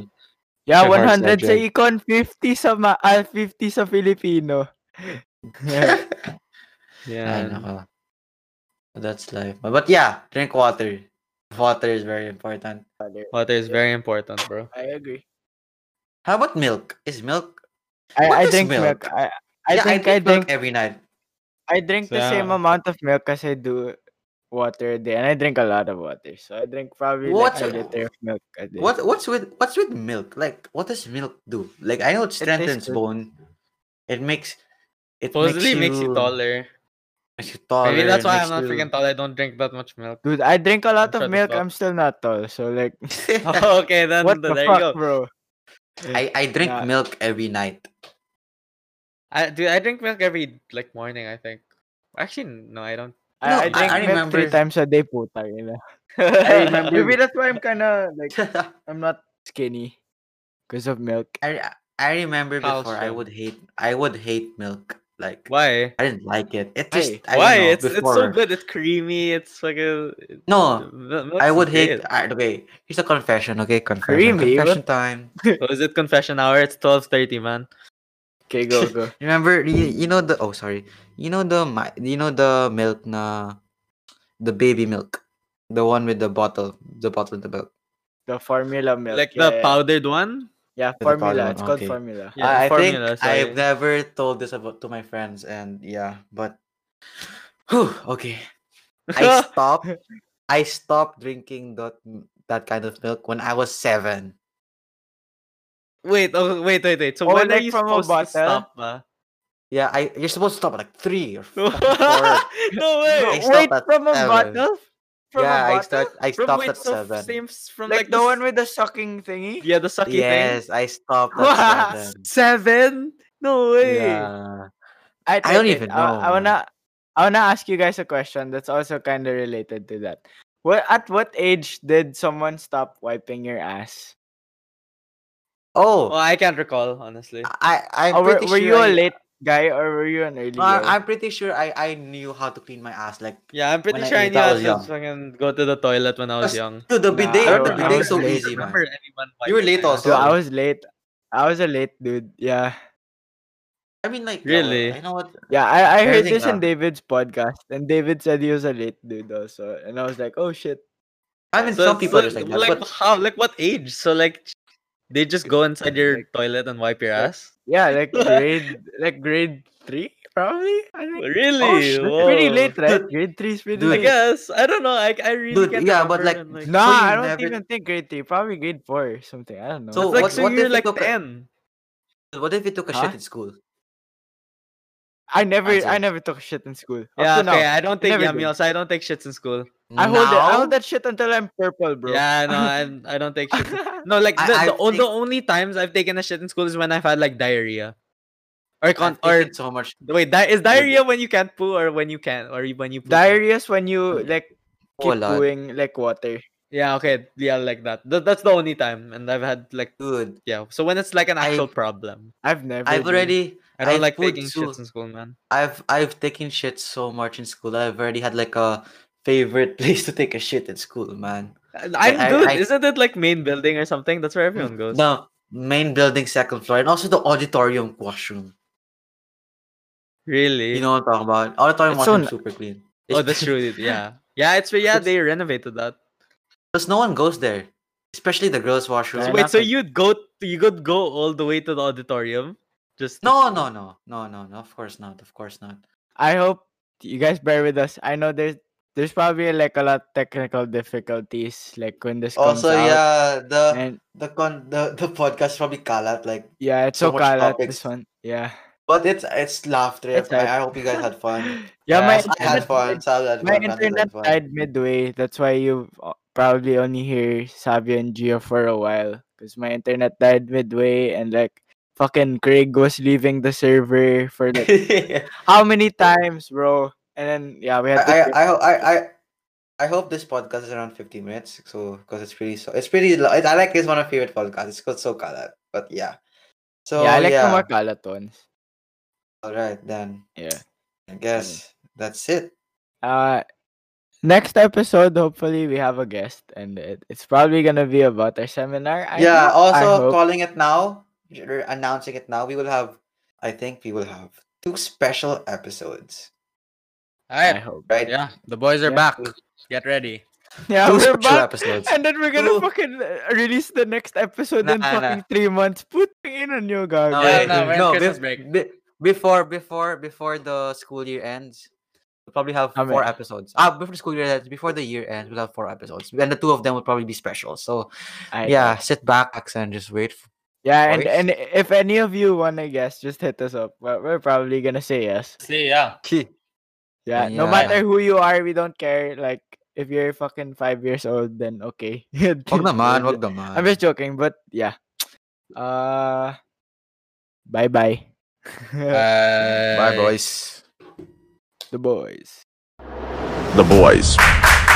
Yeah, Sa Mars 100 sa Legend. Econ, 50 sa ma ah, 50 sa Filipino. Yeah. ay, Yeah. nako. That's life. But, but yeah, drink water. Water is very important. Water is very important, bro. I agree. How about milk? Is milk? What I, I is drink milk. milk? I, I Yeah, think I milk drink every night. I drink the same Yeah. amount of milk as I do water a day, and I drink a lot of water. So I drink probably What's like a a- liter of milk a day. What what's with what's with milk? Like what does milk do? Like I know it tastes strengthens good. bone. It makes it Supposedly makes makes, you taller. Makes you taller. Maybe that's why makes I'm not you- freaking tall. I don't drink that much milk. Dude, I drink a lot Shut of the milk. fuck. I'm still not tall. So like, okay, then what the there you fuck, go. bro? I, I drink Yeah. milk every night. I do. I drink milk every like morning. I think. Actually, no, I don't. I, No, I I- drink I milk three remember- times a day, puta. You know? Maybe that's why I'm kind of like I'm not skinny because of milk. I I remember before I Calcium. would hate I would hate milk. Like Why? I didn't like it. It Why? just I don't Why? know, It's it's so before- good. It's creamy. It's like a. No, I would hate. I, okay, here's a confession. Okay, confession. Really? What- Confession time. So is it confession hour? It's twelve thirty, man. Okay, go go. Remember you, you know the oh sorry you know the mi- you know the milk na the baby milk the one with the bottle the bottle of the milk. The formula milk. Like yeah, the yeah. powdered one. Yeah, the powder formula. one, It's called okay. formula. Yeah, I, I formula, think I've sorry. never told this about to my friends and yeah, but Whew, okay. I stopped I stopped drinking that that kind of milk when I was seven. Wait, oh, wait, wait, wait. So Oh, when are like you from a supposed to bottle? stop? uh? ba? Yeah, I you're supposed to stop at like three or fucking four. no way. I Wait, stopped at from a seven. bottle? From yeah, a I bottle? start I From stopped wait, at so f- seven. Same s- from like, the s- one with the sucking thingy. yeah the sucky Yes, I stopped at Wow. seven. thing. Seven? No way. Yeah. I, I don't take it. even I- I, know. wanna I wanna ask you guys a question that's also kind of related to that. What at what age did someone stop wiping your ass? Oh, Well, Oh, I can't recall honestly. I I'm Or Oh, were, pretty were you sure Uh, I, a late guy or were you an early No, I- guy? I'm pretty sure I I knew how to clean my ass like Yeah, I'm pretty When I sure I ate, knew I how was to young. fucking go to the toilet when I was Just- young. Dude, the Nah, I bidet, the don't- I bidet was is so late. easy, man. remember anyone You were wiping late my Dude, also. ass. I was late. I was a late dude. Yeah. I mean, like, yeah, well, Really? I know what. Yeah, I, I heard Everything this in up. David's podcast and David said he was a late dude also. And I was like, "Oh shit." I mean, So some it's people are just like like, that. like but how like what age? So like they just go inside your Like- toilet and wipe your Like- ass? Yeah, like grade like grade 3 probably. I think. Really? Oh, shit. That's pretty Whoa. late, right? Dude, grade 3 is pretty dude, I late. guess. I don't know. I I really Dude, can't yeah, but, remember, like, and, No, So you I don't never- even think grade three. Probably grade four or something. I don't know. It's So like what- so what you're if you like took a- ten. what if you took a Huh? shit in school? I never Answer. I never took shit in school. Up Yeah, to now. okay. I don't take never yummy did. also. I don't take shits in school. I hold it. I Now? hold that shit until I'm purple, bro. Yeah, no, I'm, I don't take shits. in- No, like I- the, I the, on- the think- only times I've taken a shit in school is when I've had like diarrhea, or con I've or taken so much. wait, di- is diarrhea when you can't poo or when you can or when you poo? Diarrhea's when you like Oh, a keep lot. doing like water. Yeah, okay, yeah, like that. Th- that's the only time, and I've had like Dude, yeah. So when it's like an I- actual problem, I've never. I've been. already. I don't I've like pooed taking too. shits in school, man. I've I've taken shit so much in school. I've already had like a favorite place to take a shit in school, man. I, I, I- dude, I- Mm, isn't it like main building or something? That's where everyone goes. No, main building, second floor, and also the auditorium washroom. really? You know what I'm talking about? Auditorium It's so washroom n- super clean. oh, It's- that's true. dude, Yeah, yeah, it's yeah. It's- They renovated that. Because no one goes there, especially the girls' washroom. Fair So Fair wait, so you'd go you could go all the way to the auditorium? Just to- No, no, no, no, no, no. Of course not. Of course not. I hope you guys bear with us. I know there's there's probably like a lot of technical difficulties like when this comes Also, out. yeah, the And the con the, the podcast probably kalat like, yeah, it's so so, much kalat topics. this one. Yeah. but it's it's laughter. It's I, hype. I hope you guys had fun. Yeah, my Yes, I had internet fun. died- Sal My had fun. Brandon internet had fun. died midway. That's why you uh, probably only hear Sabi and Gio for a while. Because my internet died midway and like fucking Craig was leaving the server for like how many times, bro? And then yeah, we had to I, I, I, ho- I, I, I hope this podcast is around 50 minutes. So, because it's pretty, so it's pretty, lo- I like it's one of my favorite podcasts. It's called So Kalat. But yeah. So, yeah, yeah, I like the more kalat ones. All right, then. Yeah. I guess that's it. Uh next episode hopefully we have a guest and it, it's probably gonna be about our seminar. I yeah. hope- I Also, hope. calling it now, we're announcing it now. We will have, I think we will have two special episodes, Alright. I hope. right? Yeah, the boys are Yeah. back. Get ready. Yeah, Two we're special back. episodes. And then we're gonna Two. fucking uh, release the next episode in Nah, nah. fucking three months. Put in on you guys. No, Oh, Yeah, wait, no, we're on no, Christmas bef- break. be- before before before the school year ends, we'll probably have How four many? episodes. Ah, before the school year ends, before the year ends, we'll have four episodes, and the two of them will probably be special. So yeah, sit back and just wait. For- yeah, and, boys. and if any of you wanna guess, just hit us up. We're, we're probably gonna say yes. See, yeah. Yeah, no Yeah. matter who you are, we don't care. Like if you're fucking five years old, then okay. wag naman, We're wag naman. I'm just joking, but yeah. Uh bye bye. Bye, boys. the boys. The boys.